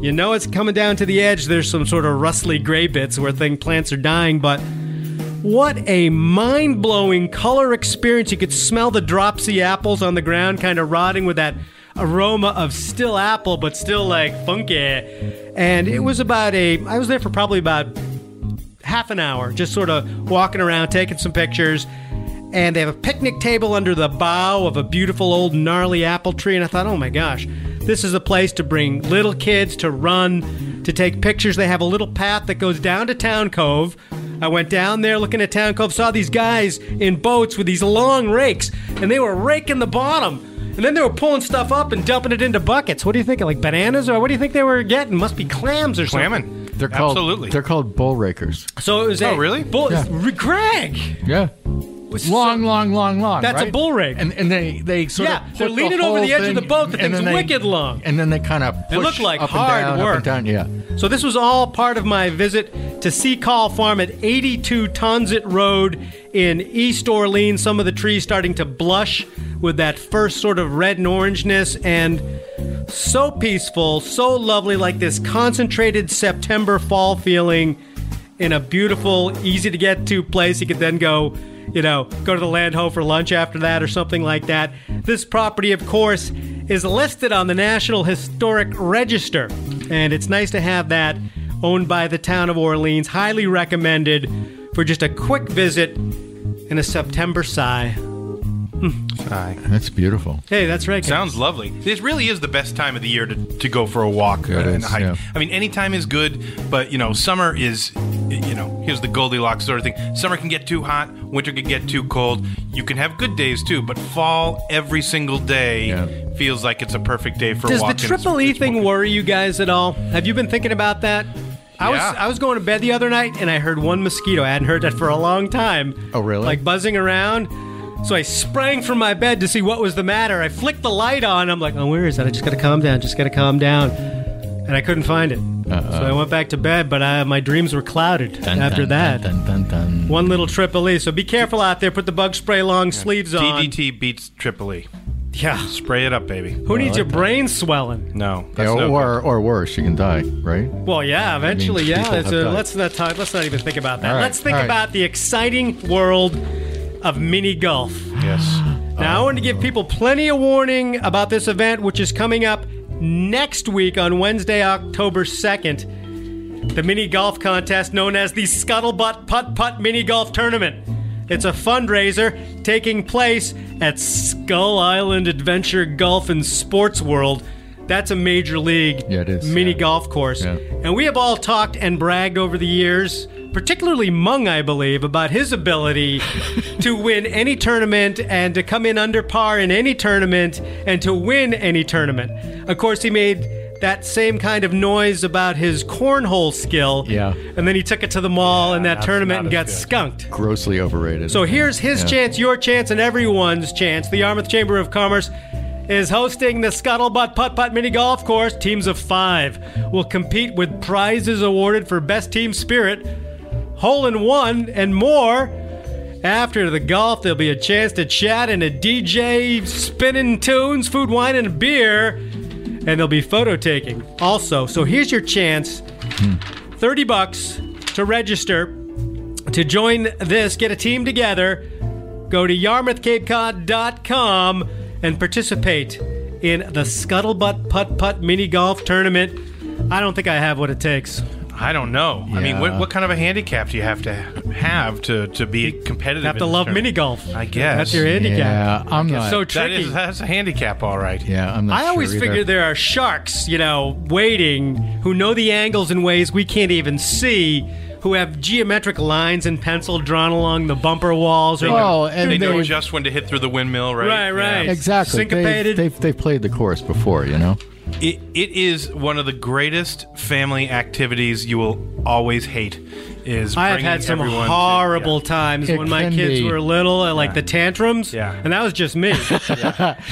[SPEAKER 1] You know it's coming down to the edge. There's some sort of rustly gray bits where thing plants are dying, but what a mind blowing color experience. You could smell the dropsy apples on the ground, kind of rotting with that aroma of still apple, but still like funky. And it was about a, I was there for probably about half an hour, just sort of walking around, taking some pictures. And they have a picnic table under the bough of a beautiful old gnarly apple tree. And I thought, oh my gosh, this is a place to bring little kids to run, to take pictures. They have a little path that goes down to Town Cove. I went down there looking at Town Cove, saw these guys in boats with these long rakes, and they were raking the bottom. And then they were pulling stuff up and dumping it into buckets. What do you think? Like bananas? Or what do you think they were getting? Must be clams or something.
[SPEAKER 2] Clamming.
[SPEAKER 3] They're called
[SPEAKER 2] Absolutely.
[SPEAKER 3] they're called bull rakers.
[SPEAKER 1] So it was
[SPEAKER 2] Oh,
[SPEAKER 1] a
[SPEAKER 2] really?
[SPEAKER 1] bull-
[SPEAKER 3] Yeah.
[SPEAKER 1] Greg.
[SPEAKER 3] Yeah,
[SPEAKER 1] was
[SPEAKER 3] long,
[SPEAKER 1] so-
[SPEAKER 3] long, long, long.
[SPEAKER 1] That's a
[SPEAKER 3] right?
[SPEAKER 1] bull rig.
[SPEAKER 3] and and they they sort
[SPEAKER 1] Yeah,
[SPEAKER 3] of
[SPEAKER 1] they're
[SPEAKER 3] took
[SPEAKER 1] leaning over
[SPEAKER 3] whole
[SPEAKER 1] the edge of the
[SPEAKER 3] thing,
[SPEAKER 1] boat. The
[SPEAKER 3] and
[SPEAKER 1] thing's
[SPEAKER 3] then they-
[SPEAKER 1] wicked long.
[SPEAKER 3] and then they kind of
[SPEAKER 1] It looked like
[SPEAKER 3] up
[SPEAKER 1] hard
[SPEAKER 3] and down,
[SPEAKER 1] work.
[SPEAKER 3] Up and down. Yeah,
[SPEAKER 1] So this was all part of my visit to Sea Call Farm at 82 Tonsit Road in East Orleans. Some of the trees starting to blush with that first sort of red and orangeness and so peaceful, so lovely like this concentrated September fall feeling in a beautiful, easy to get to place. You could then go, you know, go to the land ho for lunch after that or something like that. This property, of course, is listed on the National Historic Register, and it's nice to have that owned by the town of Orleans. Highly recommended for just a quick visit and a September sigh.
[SPEAKER 2] Aye.
[SPEAKER 3] that's beautiful.
[SPEAKER 1] Hey, that's right. guys.
[SPEAKER 2] Sounds lovely. It really is the best time of the year to, to go for a walk
[SPEAKER 3] it
[SPEAKER 2] and
[SPEAKER 3] is,
[SPEAKER 2] a hike.
[SPEAKER 3] yeah.
[SPEAKER 2] I mean, any time is good, but you know, summer is, you know, here's the Goldilocks sort of thing. Summer can get too hot, winter can get too cold. You can have good days too, but fall every single day
[SPEAKER 3] Yeah.
[SPEAKER 2] feels like it's a perfect day for
[SPEAKER 1] Does the
[SPEAKER 2] walking.
[SPEAKER 1] triple E thing worry you guys at all? Have you been thinking about that? I was
[SPEAKER 2] Yeah.
[SPEAKER 1] I was going to bed the other night and I heard one mosquito. I hadn't heard that for a long time.
[SPEAKER 3] Oh, really?
[SPEAKER 1] Like buzzing around. So I sprang from my bed to see what was the matter. I flicked the light on. I'm like, oh, where is that? I just gotta calm down. Just gotta calm down. And I couldn't find it. So I went back to bed, but I, my dreams were clouded
[SPEAKER 3] Uh-uh. Dun,
[SPEAKER 1] after
[SPEAKER 3] dun,
[SPEAKER 1] that.
[SPEAKER 3] dun, dun, dun, dun.
[SPEAKER 1] One little triple E. So be careful out there. Put the bug spray long sleeves on.
[SPEAKER 2] DDT beats triple E.
[SPEAKER 1] Yeah.
[SPEAKER 2] Spray it up, baby.
[SPEAKER 1] Who needs your brain swelling?
[SPEAKER 2] No,
[SPEAKER 3] Yeah,
[SPEAKER 2] that's no good.
[SPEAKER 3] or or worse, you can die, right?
[SPEAKER 1] Well, yeah, eventually, yeah.
[SPEAKER 3] people
[SPEAKER 1] It's
[SPEAKER 3] have
[SPEAKER 1] a,
[SPEAKER 3] died.
[SPEAKER 1] let's not talk, let's not even think about that.
[SPEAKER 3] All right,
[SPEAKER 1] Let's think
[SPEAKER 3] all right.
[SPEAKER 1] about the exciting world of mini golf.
[SPEAKER 2] yes.
[SPEAKER 1] Now, I want to give people plenty of warning about this event, which is coming up next week on Wednesday, October second. The mini golf contest known as the Scuttlebutt Putt Putt Mini Golf Tournament. It's a fundraiser taking place at Skull Island Adventure Golf and Sports World. That's a major league
[SPEAKER 3] Yeah, it is,
[SPEAKER 1] mini
[SPEAKER 3] yeah.
[SPEAKER 1] golf course.
[SPEAKER 3] Yeah.
[SPEAKER 1] And we have all talked and bragged over the years, particularly Mung, I believe, about his
[SPEAKER 2] <laughs>
[SPEAKER 1] ability to win any tournament and to come in under par in any tournament and to win any tournament. Of course, he made that same kind of noise about his cornhole skill.
[SPEAKER 3] Yeah.
[SPEAKER 1] And then he took it to the mall in that
[SPEAKER 2] that's
[SPEAKER 1] tournament
[SPEAKER 2] not
[SPEAKER 1] and got
[SPEAKER 2] as good.
[SPEAKER 1] skunked.
[SPEAKER 3] Grossly overrated.
[SPEAKER 1] So here's his chance, your chance, and everyone's chance. The Yarmouth Chamber of Commerce is hosting the Scuttlebutt Putt Putt Mini Golf Course. Teams of five will compete with prizes awarded for best team spirit, hole in one, and more. After the golf, there'll be a chance to chat and a DJ spinning tunes, food, wine, and beer, and there'll be photo taking also. So here's your chance 30 bucks to register to join this, get a team together, go to yarmouthcapecod.com and participate in the Scuttlebutt Putt Putt Mini Golf Tournament. I don't think I have what it takes.
[SPEAKER 2] I don't know. I mean, what,
[SPEAKER 3] Yeah.
[SPEAKER 2] what kind of a handicap do you have to have to, to be competitive?
[SPEAKER 1] Have to
[SPEAKER 2] in this
[SPEAKER 1] love
[SPEAKER 2] tournament?
[SPEAKER 1] mini golf.
[SPEAKER 2] I guess.
[SPEAKER 1] That's your handicap.
[SPEAKER 3] yeah, I'm not.
[SPEAKER 1] So
[SPEAKER 2] That
[SPEAKER 1] tricky.
[SPEAKER 2] is that's a handicap, all right.
[SPEAKER 3] yeah, I'm not.
[SPEAKER 1] I always
[SPEAKER 3] sure either.
[SPEAKER 1] figure there are sharks, you know, waiting who know the angles in ways we can't even see, who have geometric lines in pencil drawn along the bumper walls. Or
[SPEAKER 3] Well, and
[SPEAKER 2] They know
[SPEAKER 3] they-
[SPEAKER 2] just when to hit through the windmill, right?
[SPEAKER 1] Right, right.
[SPEAKER 3] exactly
[SPEAKER 1] syncopated.
[SPEAKER 3] They've, they've they've played the chorus before, you know.
[SPEAKER 2] It, it is one of the greatest family activities you will always hate. Is
[SPEAKER 1] I have
[SPEAKER 2] bringing
[SPEAKER 1] had some
[SPEAKER 2] everyone to-
[SPEAKER 1] horrible times
[SPEAKER 3] It
[SPEAKER 1] when my
[SPEAKER 3] can
[SPEAKER 1] kids
[SPEAKER 3] be.
[SPEAKER 1] were little, uh, like the tantrums,
[SPEAKER 2] Yeah.
[SPEAKER 1] and that was just
[SPEAKER 2] <laughs>
[SPEAKER 1] me,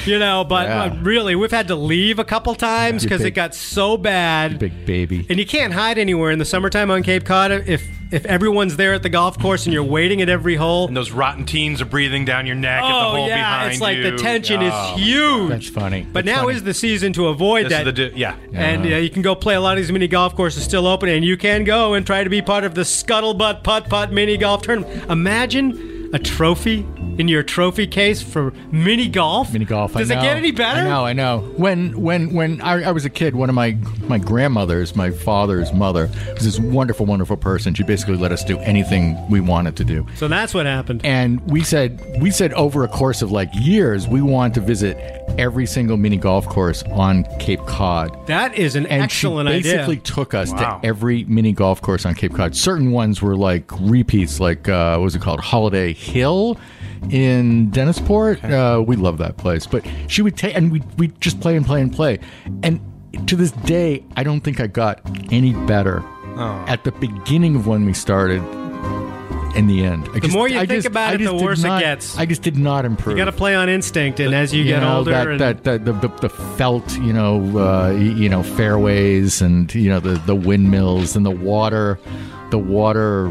[SPEAKER 1] you know. But
[SPEAKER 3] Yeah.
[SPEAKER 1] uh, really, we've had to leave a couple times
[SPEAKER 3] You
[SPEAKER 1] because it
[SPEAKER 3] big-
[SPEAKER 1] got so bad.
[SPEAKER 3] Big baby.
[SPEAKER 1] And you can't hide anywhere in the summertime on Cape Cod if if everyone's there at the golf course and you're waiting at every hole.
[SPEAKER 2] And those rotten teens are breathing down your neck. at the
[SPEAKER 1] oh
[SPEAKER 2] hole
[SPEAKER 1] yeah,
[SPEAKER 2] behind
[SPEAKER 1] it's like the
[SPEAKER 2] you.
[SPEAKER 1] tension
[SPEAKER 2] Oh.
[SPEAKER 1] is huge.
[SPEAKER 3] That's funny.
[SPEAKER 1] But
[SPEAKER 3] That's
[SPEAKER 1] now
[SPEAKER 3] funny.
[SPEAKER 1] is the season to avoid
[SPEAKER 2] This
[SPEAKER 1] that.
[SPEAKER 2] is the di- yeah.
[SPEAKER 1] And uh, you can go play a lot of these mini golf courses still open, and you can go and try to be part of the Scuttlebutt Putt Putt Mini Golf Tournament. Imagine a trophy in your trophy case for mini golf.
[SPEAKER 3] mini golf. I
[SPEAKER 1] Does it
[SPEAKER 3] know.
[SPEAKER 1] get any better?
[SPEAKER 3] I know, I know. When when when I, I was a kid, one of my my grandmothers, my father's mother, was this wonderful, wonderful person. She basically let us do anything we wanted to do.
[SPEAKER 1] So that's what happened.
[SPEAKER 3] And we said we said over a course of like years, we want to visit every single mini golf course on Cape Cod.
[SPEAKER 1] That is an
[SPEAKER 3] And
[SPEAKER 1] excellent
[SPEAKER 3] she basically
[SPEAKER 1] idea.
[SPEAKER 3] took us
[SPEAKER 2] Wow.
[SPEAKER 3] to every mini golf course on Cape Cod. Certain ones were like repeats, like uh, what was it called, Holiday Hill in Dennisport. Uh, we love that place, but she would take and we we just play and play and play. And to this day, I
[SPEAKER 1] Oh.
[SPEAKER 3] don't think I got any better. At the beginning of when we started, in the end. I the
[SPEAKER 1] more you think about it, the worse it gets.
[SPEAKER 3] I just did not improve.
[SPEAKER 1] You got to play on instinct, and as you, get
[SPEAKER 3] know,
[SPEAKER 1] older,
[SPEAKER 3] that,
[SPEAKER 1] and
[SPEAKER 3] that, that the, the, the felt, you know, uh, y- you know, fairways and you know the, the windmills and the water, the water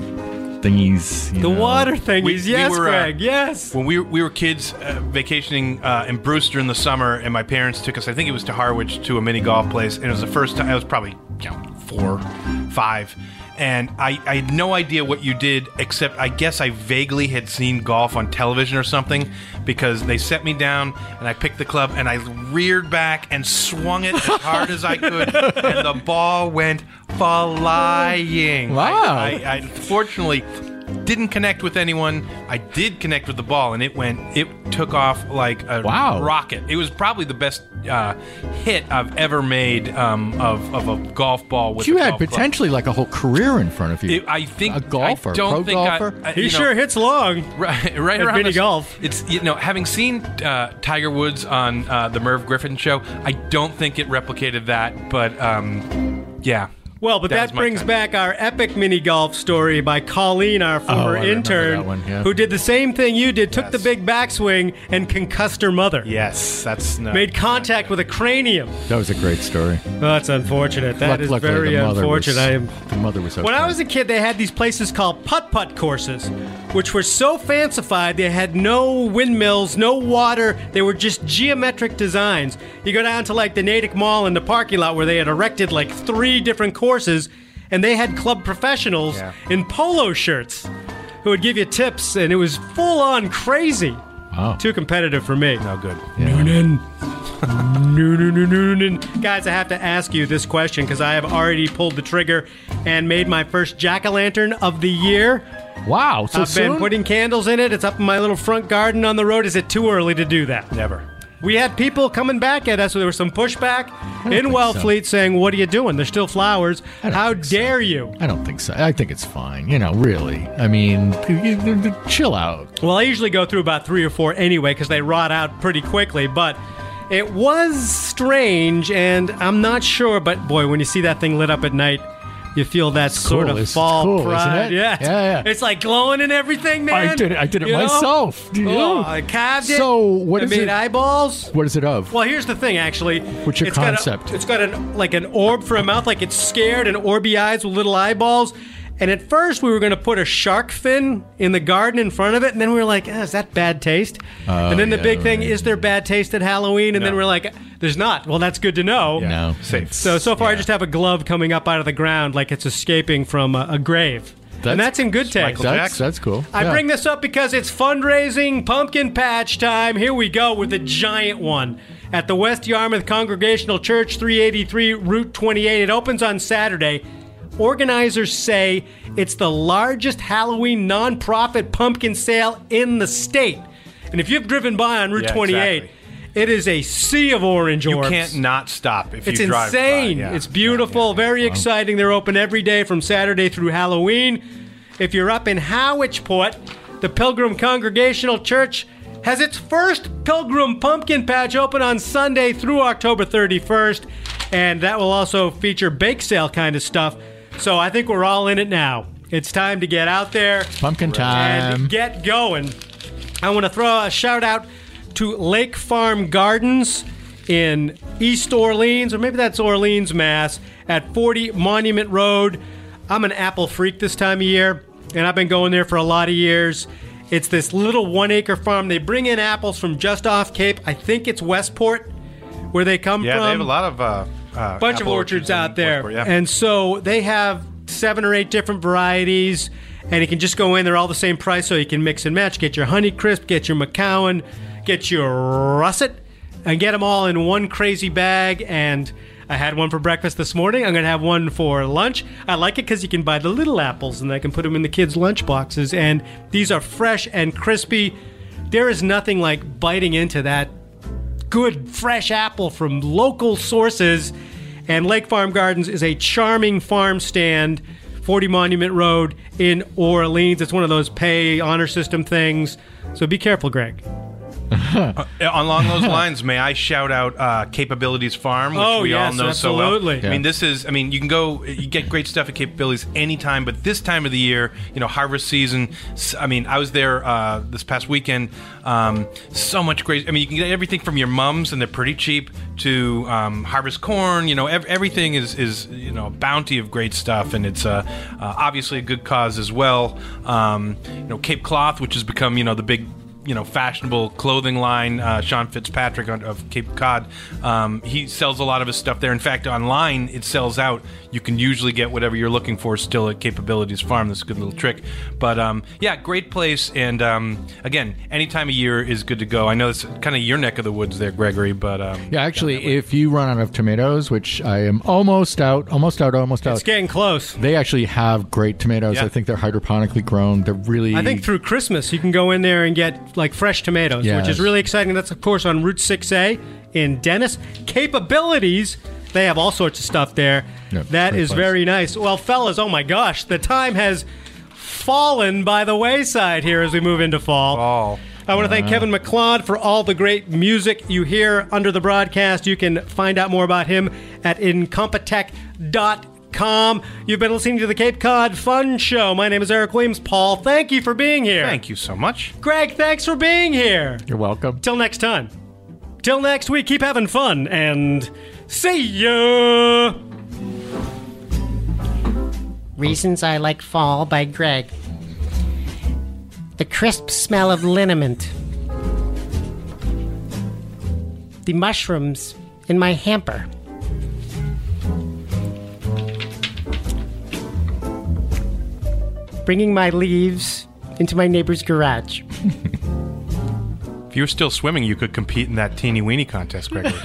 [SPEAKER 3] thingies. you
[SPEAKER 1] the
[SPEAKER 3] know.
[SPEAKER 1] water thing
[SPEAKER 2] We-
[SPEAKER 1] is
[SPEAKER 2] we
[SPEAKER 1] yes,
[SPEAKER 2] were, uh,
[SPEAKER 1] Greg, yes.
[SPEAKER 2] When we, we were kids uh, vacationing uh, in Brewster in the summer, and my parents took us, I think it was to Harwich, to a mini golf place. And it was the first time, I was probably you know, four, five. And I, I had no idea what you did, except I guess I vaguely had seen golf on television or something because they set me down and I picked the club and I reared back and swung it as hard as I could. And the ball went flying.
[SPEAKER 3] Wow.
[SPEAKER 2] I- I- I fortunately didn't connect with anyone. I did connect with the ball, and it went. It took off like a
[SPEAKER 3] Wow.
[SPEAKER 2] rocket. It was probably the best uh, hit I've ever made um, of of a golf ball with.
[SPEAKER 3] You
[SPEAKER 2] a
[SPEAKER 3] had
[SPEAKER 1] Oh,
[SPEAKER 2] golf club.
[SPEAKER 3] potentially like a whole career in front of you.
[SPEAKER 2] It- I think
[SPEAKER 3] a golfer,
[SPEAKER 2] I don't
[SPEAKER 3] pro
[SPEAKER 2] think
[SPEAKER 3] golfer.
[SPEAKER 2] I, I,
[SPEAKER 1] He
[SPEAKER 2] you know,
[SPEAKER 1] sure hits long.
[SPEAKER 2] <laughs> Right, right
[SPEAKER 1] At
[SPEAKER 2] around
[SPEAKER 1] mini
[SPEAKER 2] this-
[SPEAKER 1] golf.
[SPEAKER 2] It's you know, having seen uh, Tiger Woods on uh, the Merv Griffin show, I don't think it replicated that, but um, yeah.
[SPEAKER 1] Well, but that,
[SPEAKER 2] was my
[SPEAKER 1] brings
[SPEAKER 2] kind.
[SPEAKER 1] back our epic mini golf story by Colleen, our former
[SPEAKER 3] Oh, I remember
[SPEAKER 1] intern,
[SPEAKER 3] that one, yeah.
[SPEAKER 1] who did the same thing you did, took the big backswing and concussed her mother.
[SPEAKER 2] Yes, that's no,
[SPEAKER 1] Made contact with a cranium.
[SPEAKER 3] that was a great story.
[SPEAKER 1] Oh, that's unfortunate. That
[SPEAKER 3] Luck-
[SPEAKER 1] is
[SPEAKER 3] luckily,
[SPEAKER 1] very
[SPEAKER 3] the mother
[SPEAKER 1] unfortunate.
[SPEAKER 3] Was,
[SPEAKER 1] I am
[SPEAKER 3] the mother was. Okay.
[SPEAKER 1] When I was a kid, they had these places called putt putt courses, which were so fancified they had no windmills, no water. They were just geometric designs. You go down to like the Natick Mall in the parking lot where they had erected like three different courses, and they had club professionals
[SPEAKER 2] Yeah.
[SPEAKER 1] in polo shirts who would give you tips, and it was full on crazy.
[SPEAKER 3] Wow.
[SPEAKER 1] Too competitive for me.
[SPEAKER 2] no good.
[SPEAKER 1] Noonan. <laughs> Noonan, noonan, noonan. Guys, I have to ask you this question because I have already pulled the trigger and made my first jack o' lantern of the year.
[SPEAKER 3] wow, so
[SPEAKER 1] I've
[SPEAKER 3] soon?
[SPEAKER 1] been putting candles in it. It's up in my little front garden on the road. Is it too early to do that?
[SPEAKER 2] Never.
[SPEAKER 1] We had people coming back at us. So there was some pushback in Wellfleet saying, What are you doing? There's still flowers.
[SPEAKER 3] don't
[SPEAKER 1] How
[SPEAKER 3] think so.
[SPEAKER 1] dare you?
[SPEAKER 3] I don't think so. I think it's fine. You know, really. I mean, you- you- you- chill out.
[SPEAKER 1] Well, I usually go through about three or four anyway because they rot out pretty quickly, but it was strange, and I'm not sure, but boy, when you see that thing lit up at night, you feel that sort
[SPEAKER 3] cool.
[SPEAKER 1] of
[SPEAKER 3] It's
[SPEAKER 1] fall
[SPEAKER 3] cool, isn't
[SPEAKER 1] pride.
[SPEAKER 3] it?
[SPEAKER 1] Yeah, it's-
[SPEAKER 3] Yeah, yeah.
[SPEAKER 1] It's like glowing and everything, man.
[SPEAKER 3] I did it. I did it
[SPEAKER 1] You know?
[SPEAKER 3] myself. You
[SPEAKER 1] Oh,
[SPEAKER 3] know.
[SPEAKER 1] I calved it.
[SPEAKER 3] So what
[SPEAKER 1] I
[SPEAKER 3] is
[SPEAKER 1] made
[SPEAKER 3] it-
[SPEAKER 1] eyeballs.
[SPEAKER 3] What is it of?
[SPEAKER 1] Well, here's the thing, actually.
[SPEAKER 3] What's your
[SPEAKER 1] It's got a-
[SPEAKER 3] concept?
[SPEAKER 1] it's got an like an orb for a mouth, like it's scared, and orby eyes with little eyeballs. And at first, we were going to put a shark fin in the garden in front of it, and then we were like, eh, "Is that bad taste?" and then the
[SPEAKER 3] Oh, yeah,
[SPEAKER 1] big thing
[SPEAKER 3] right.
[SPEAKER 1] is there bad taste at Halloween, and then
[SPEAKER 2] No.
[SPEAKER 1] we're like, "There's not." Well, that's good to know.
[SPEAKER 3] no,
[SPEAKER 2] Safe.
[SPEAKER 1] So so far, I just have a glove coming up out of the ground, like it's escaping from a, a grave, and
[SPEAKER 3] That's-
[SPEAKER 1] that's in good taste.
[SPEAKER 2] Michael
[SPEAKER 3] That's
[SPEAKER 2] Jackson.
[SPEAKER 3] that's cool.
[SPEAKER 1] I
[SPEAKER 3] Yeah.
[SPEAKER 1] bring this up because it's fundraising pumpkin patch time. Here we go with the giant one at the West Yarmouth Congregational Church, 383 Route 28. It opens on Saturday. Organizers say it's the largest Halloween nonprofit pumpkin sale in the state. And if you've driven by on Route
[SPEAKER 2] Yeah,
[SPEAKER 1] 28, it is a sea of orange
[SPEAKER 2] You
[SPEAKER 1] orbs.
[SPEAKER 2] can't not stop if
[SPEAKER 1] It's
[SPEAKER 2] you drive by,
[SPEAKER 1] insane.
[SPEAKER 2] yeah.
[SPEAKER 1] It's beautiful, very exciting. They're open every day from Saturday through Halloween. If you're up in Howitchport, the Pilgrim Congregational Church has its first Pilgrim Pumpkin Patch open on Sunday through October 31st, and that will also feature bake sale kind of stuff. So I think we're all in it now. It's time to get out there
[SPEAKER 3] pumpkin
[SPEAKER 1] and
[SPEAKER 3] time.
[SPEAKER 1] get going. I want to throw a shout out to Lake Farm Gardens in East Orleans, or maybe that's Orleans, Mass, at 40 Monument Road. I'm an apple freak this time of year, and I've been going there for a lot of years. It's this little one acre farm. They bring in apples from just off Cape. I think it's Westport where they come
[SPEAKER 2] Yeah,
[SPEAKER 1] from
[SPEAKER 2] they have a lot of uh, uh,
[SPEAKER 1] bunch of
[SPEAKER 2] apple
[SPEAKER 1] orchards
[SPEAKER 2] in
[SPEAKER 1] out there,
[SPEAKER 2] Westport, yeah.
[SPEAKER 1] and so they have seven or eight different varieties, and you can just go in. They're all the same price, so you can mix and match. Get your Honey Crisp, get your Macallan, get your Russet, and get them all in one crazy bag. And I had one for breakfast this morning. I'm gonna have one for lunch. I like it because you can buy the little apples, and I can put them in the kids' lunch boxes. And these are fresh and crispy. There is nothing like biting into that good fresh apple from local sources. And Lake Farm Gardens is a charming farm stand, 40 Monument Road in Orleans. It's one of those pay honor system things. So be careful, Greg.
[SPEAKER 2] Uh, Along those lines, may I shout out uh, Capabilities Farm, which
[SPEAKER 1] Oh,
[SPEAKER 2] we
[SPEAKER 1] yes,
[SPEAKER 2] all know so well.
[SPEAKER 1] absolutely.
[SPEAKER 2] I mean,
[SPEAKER 3] Yeah.
[SPEAKER 2] this is. I mean, you can go. You get great stuff at Capabilities anytime, but this time of the year, you know, harvest season. s- I mean, I was there uh, this past weekend. Um, so much great. I mean, you can get everything from your mums, and they're pretty cheap. To um, harvest corn, you know, ev- everything is is you know a bounty of great stuff, and it's uh, uh, obviously a good cause as well. Um, you know, Cape Cloth, which has become you know the big you know fashionable clothing line uh, sean fitzpatrick on, of cape cod um, he sells a lot of his stuff there in fact online it sells out you can usually get whatever you're looking for still at capabilities farm that's a good little trick but um, yeah great place and um, again any time of year is good to go i know it's kind of your neck of the woods there gregory but um,
[SPEAKER 3] Yeah, actually, if you run out of tomatoes, which I am almost out, almost out, almost out.
[SPEAKER 1] It's getting close.
[SPEAKER 3] They actually have great tomatoes.
[SPEAKER 2] Yeah.
[SPEAKER 3] I think they're hydroponically grown. They're really.
[SPEAKER 1] I think through Christmas you can go in there and get like fresh tomatoes, which
[SPEAKER 3] Yes.
[SPEAKER 1] is really exciting. That's of course on Route 6A in Dennis. Capabilities, they have all sorts of stuff there.
[SPEAKER 3] Yeah,
[SPEAKER 1] that
[SPEAKER 3] great
[SPEAKER 1] is
[SPEAKER 3] place.
[SPEAKER 1] very nice. Well, fellas, oh my gosh, the time has fallen by the wayside here as we move into fall.
[SPEAKER 2] Fall.
[SPEAKER 1] I want to
[SPEAKER 2] Uh-huh.
[SPEAKER 1] thank Kevin McLeod for all the great music you hear under the broadcast. You can find out more about him at incompetech.com. You've been listening to the Cape Cod Fun Show. My name is Eric Williams. Paul, thank you for being here.
[SPEAKER 2] thank you so much
[SPEAKER 1] Greg, thanks for being here.
[SPEAKER 3] You're welcome.
[SPEAKER 1] Till next time. Till next week, keep having fun and see ya.
[SPEAKER 4] Reasons I Like Fall by Greg. The crisp smell of liniment. The mushrooms in my hamper. Bringing my leaves into my neighbor's garage.
[SPEAKER 2] if you were still swimming you could compete in that teeny weeny contest gregory